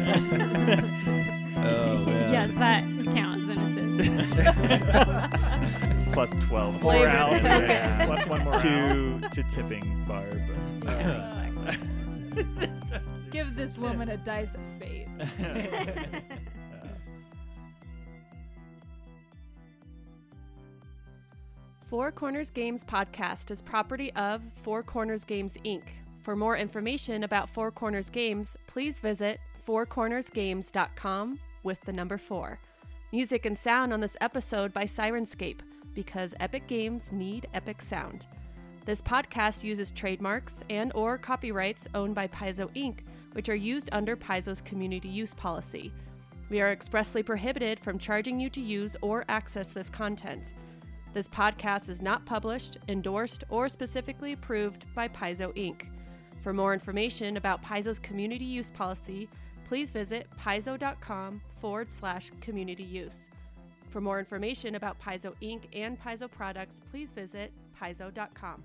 S4: oh, man.
S6: yes, that counts as an assist.
S1: Plus 12.
S5: Four
S8: Flavor
S5: hours.
S8: text.
S5: Plus one more round.
S1: to, to tipping Barb.
S8: Give this woman a dice of fate.
S9: Four Corners Games podcast is property of Four Corners Games Inc. For more information about Four Corners Games, please visit fourcornersgames.com with the number 4. Music and sound on this episode by Sirenscape because epic games need epic sound. This podcast uses trademarks and or copyrights owned by Paizo Inc., which are used under Paizo's community use policy. We are expressly prohibited from charging you to use or access this content. This podcast is not published, endorsed, or specifically approved by Paizo Inc. For more information about Paizo's community use policy, please visit paizo.com forward slash community use. For more information about Paizo Inc. and Paizo products, please visit paizo.com.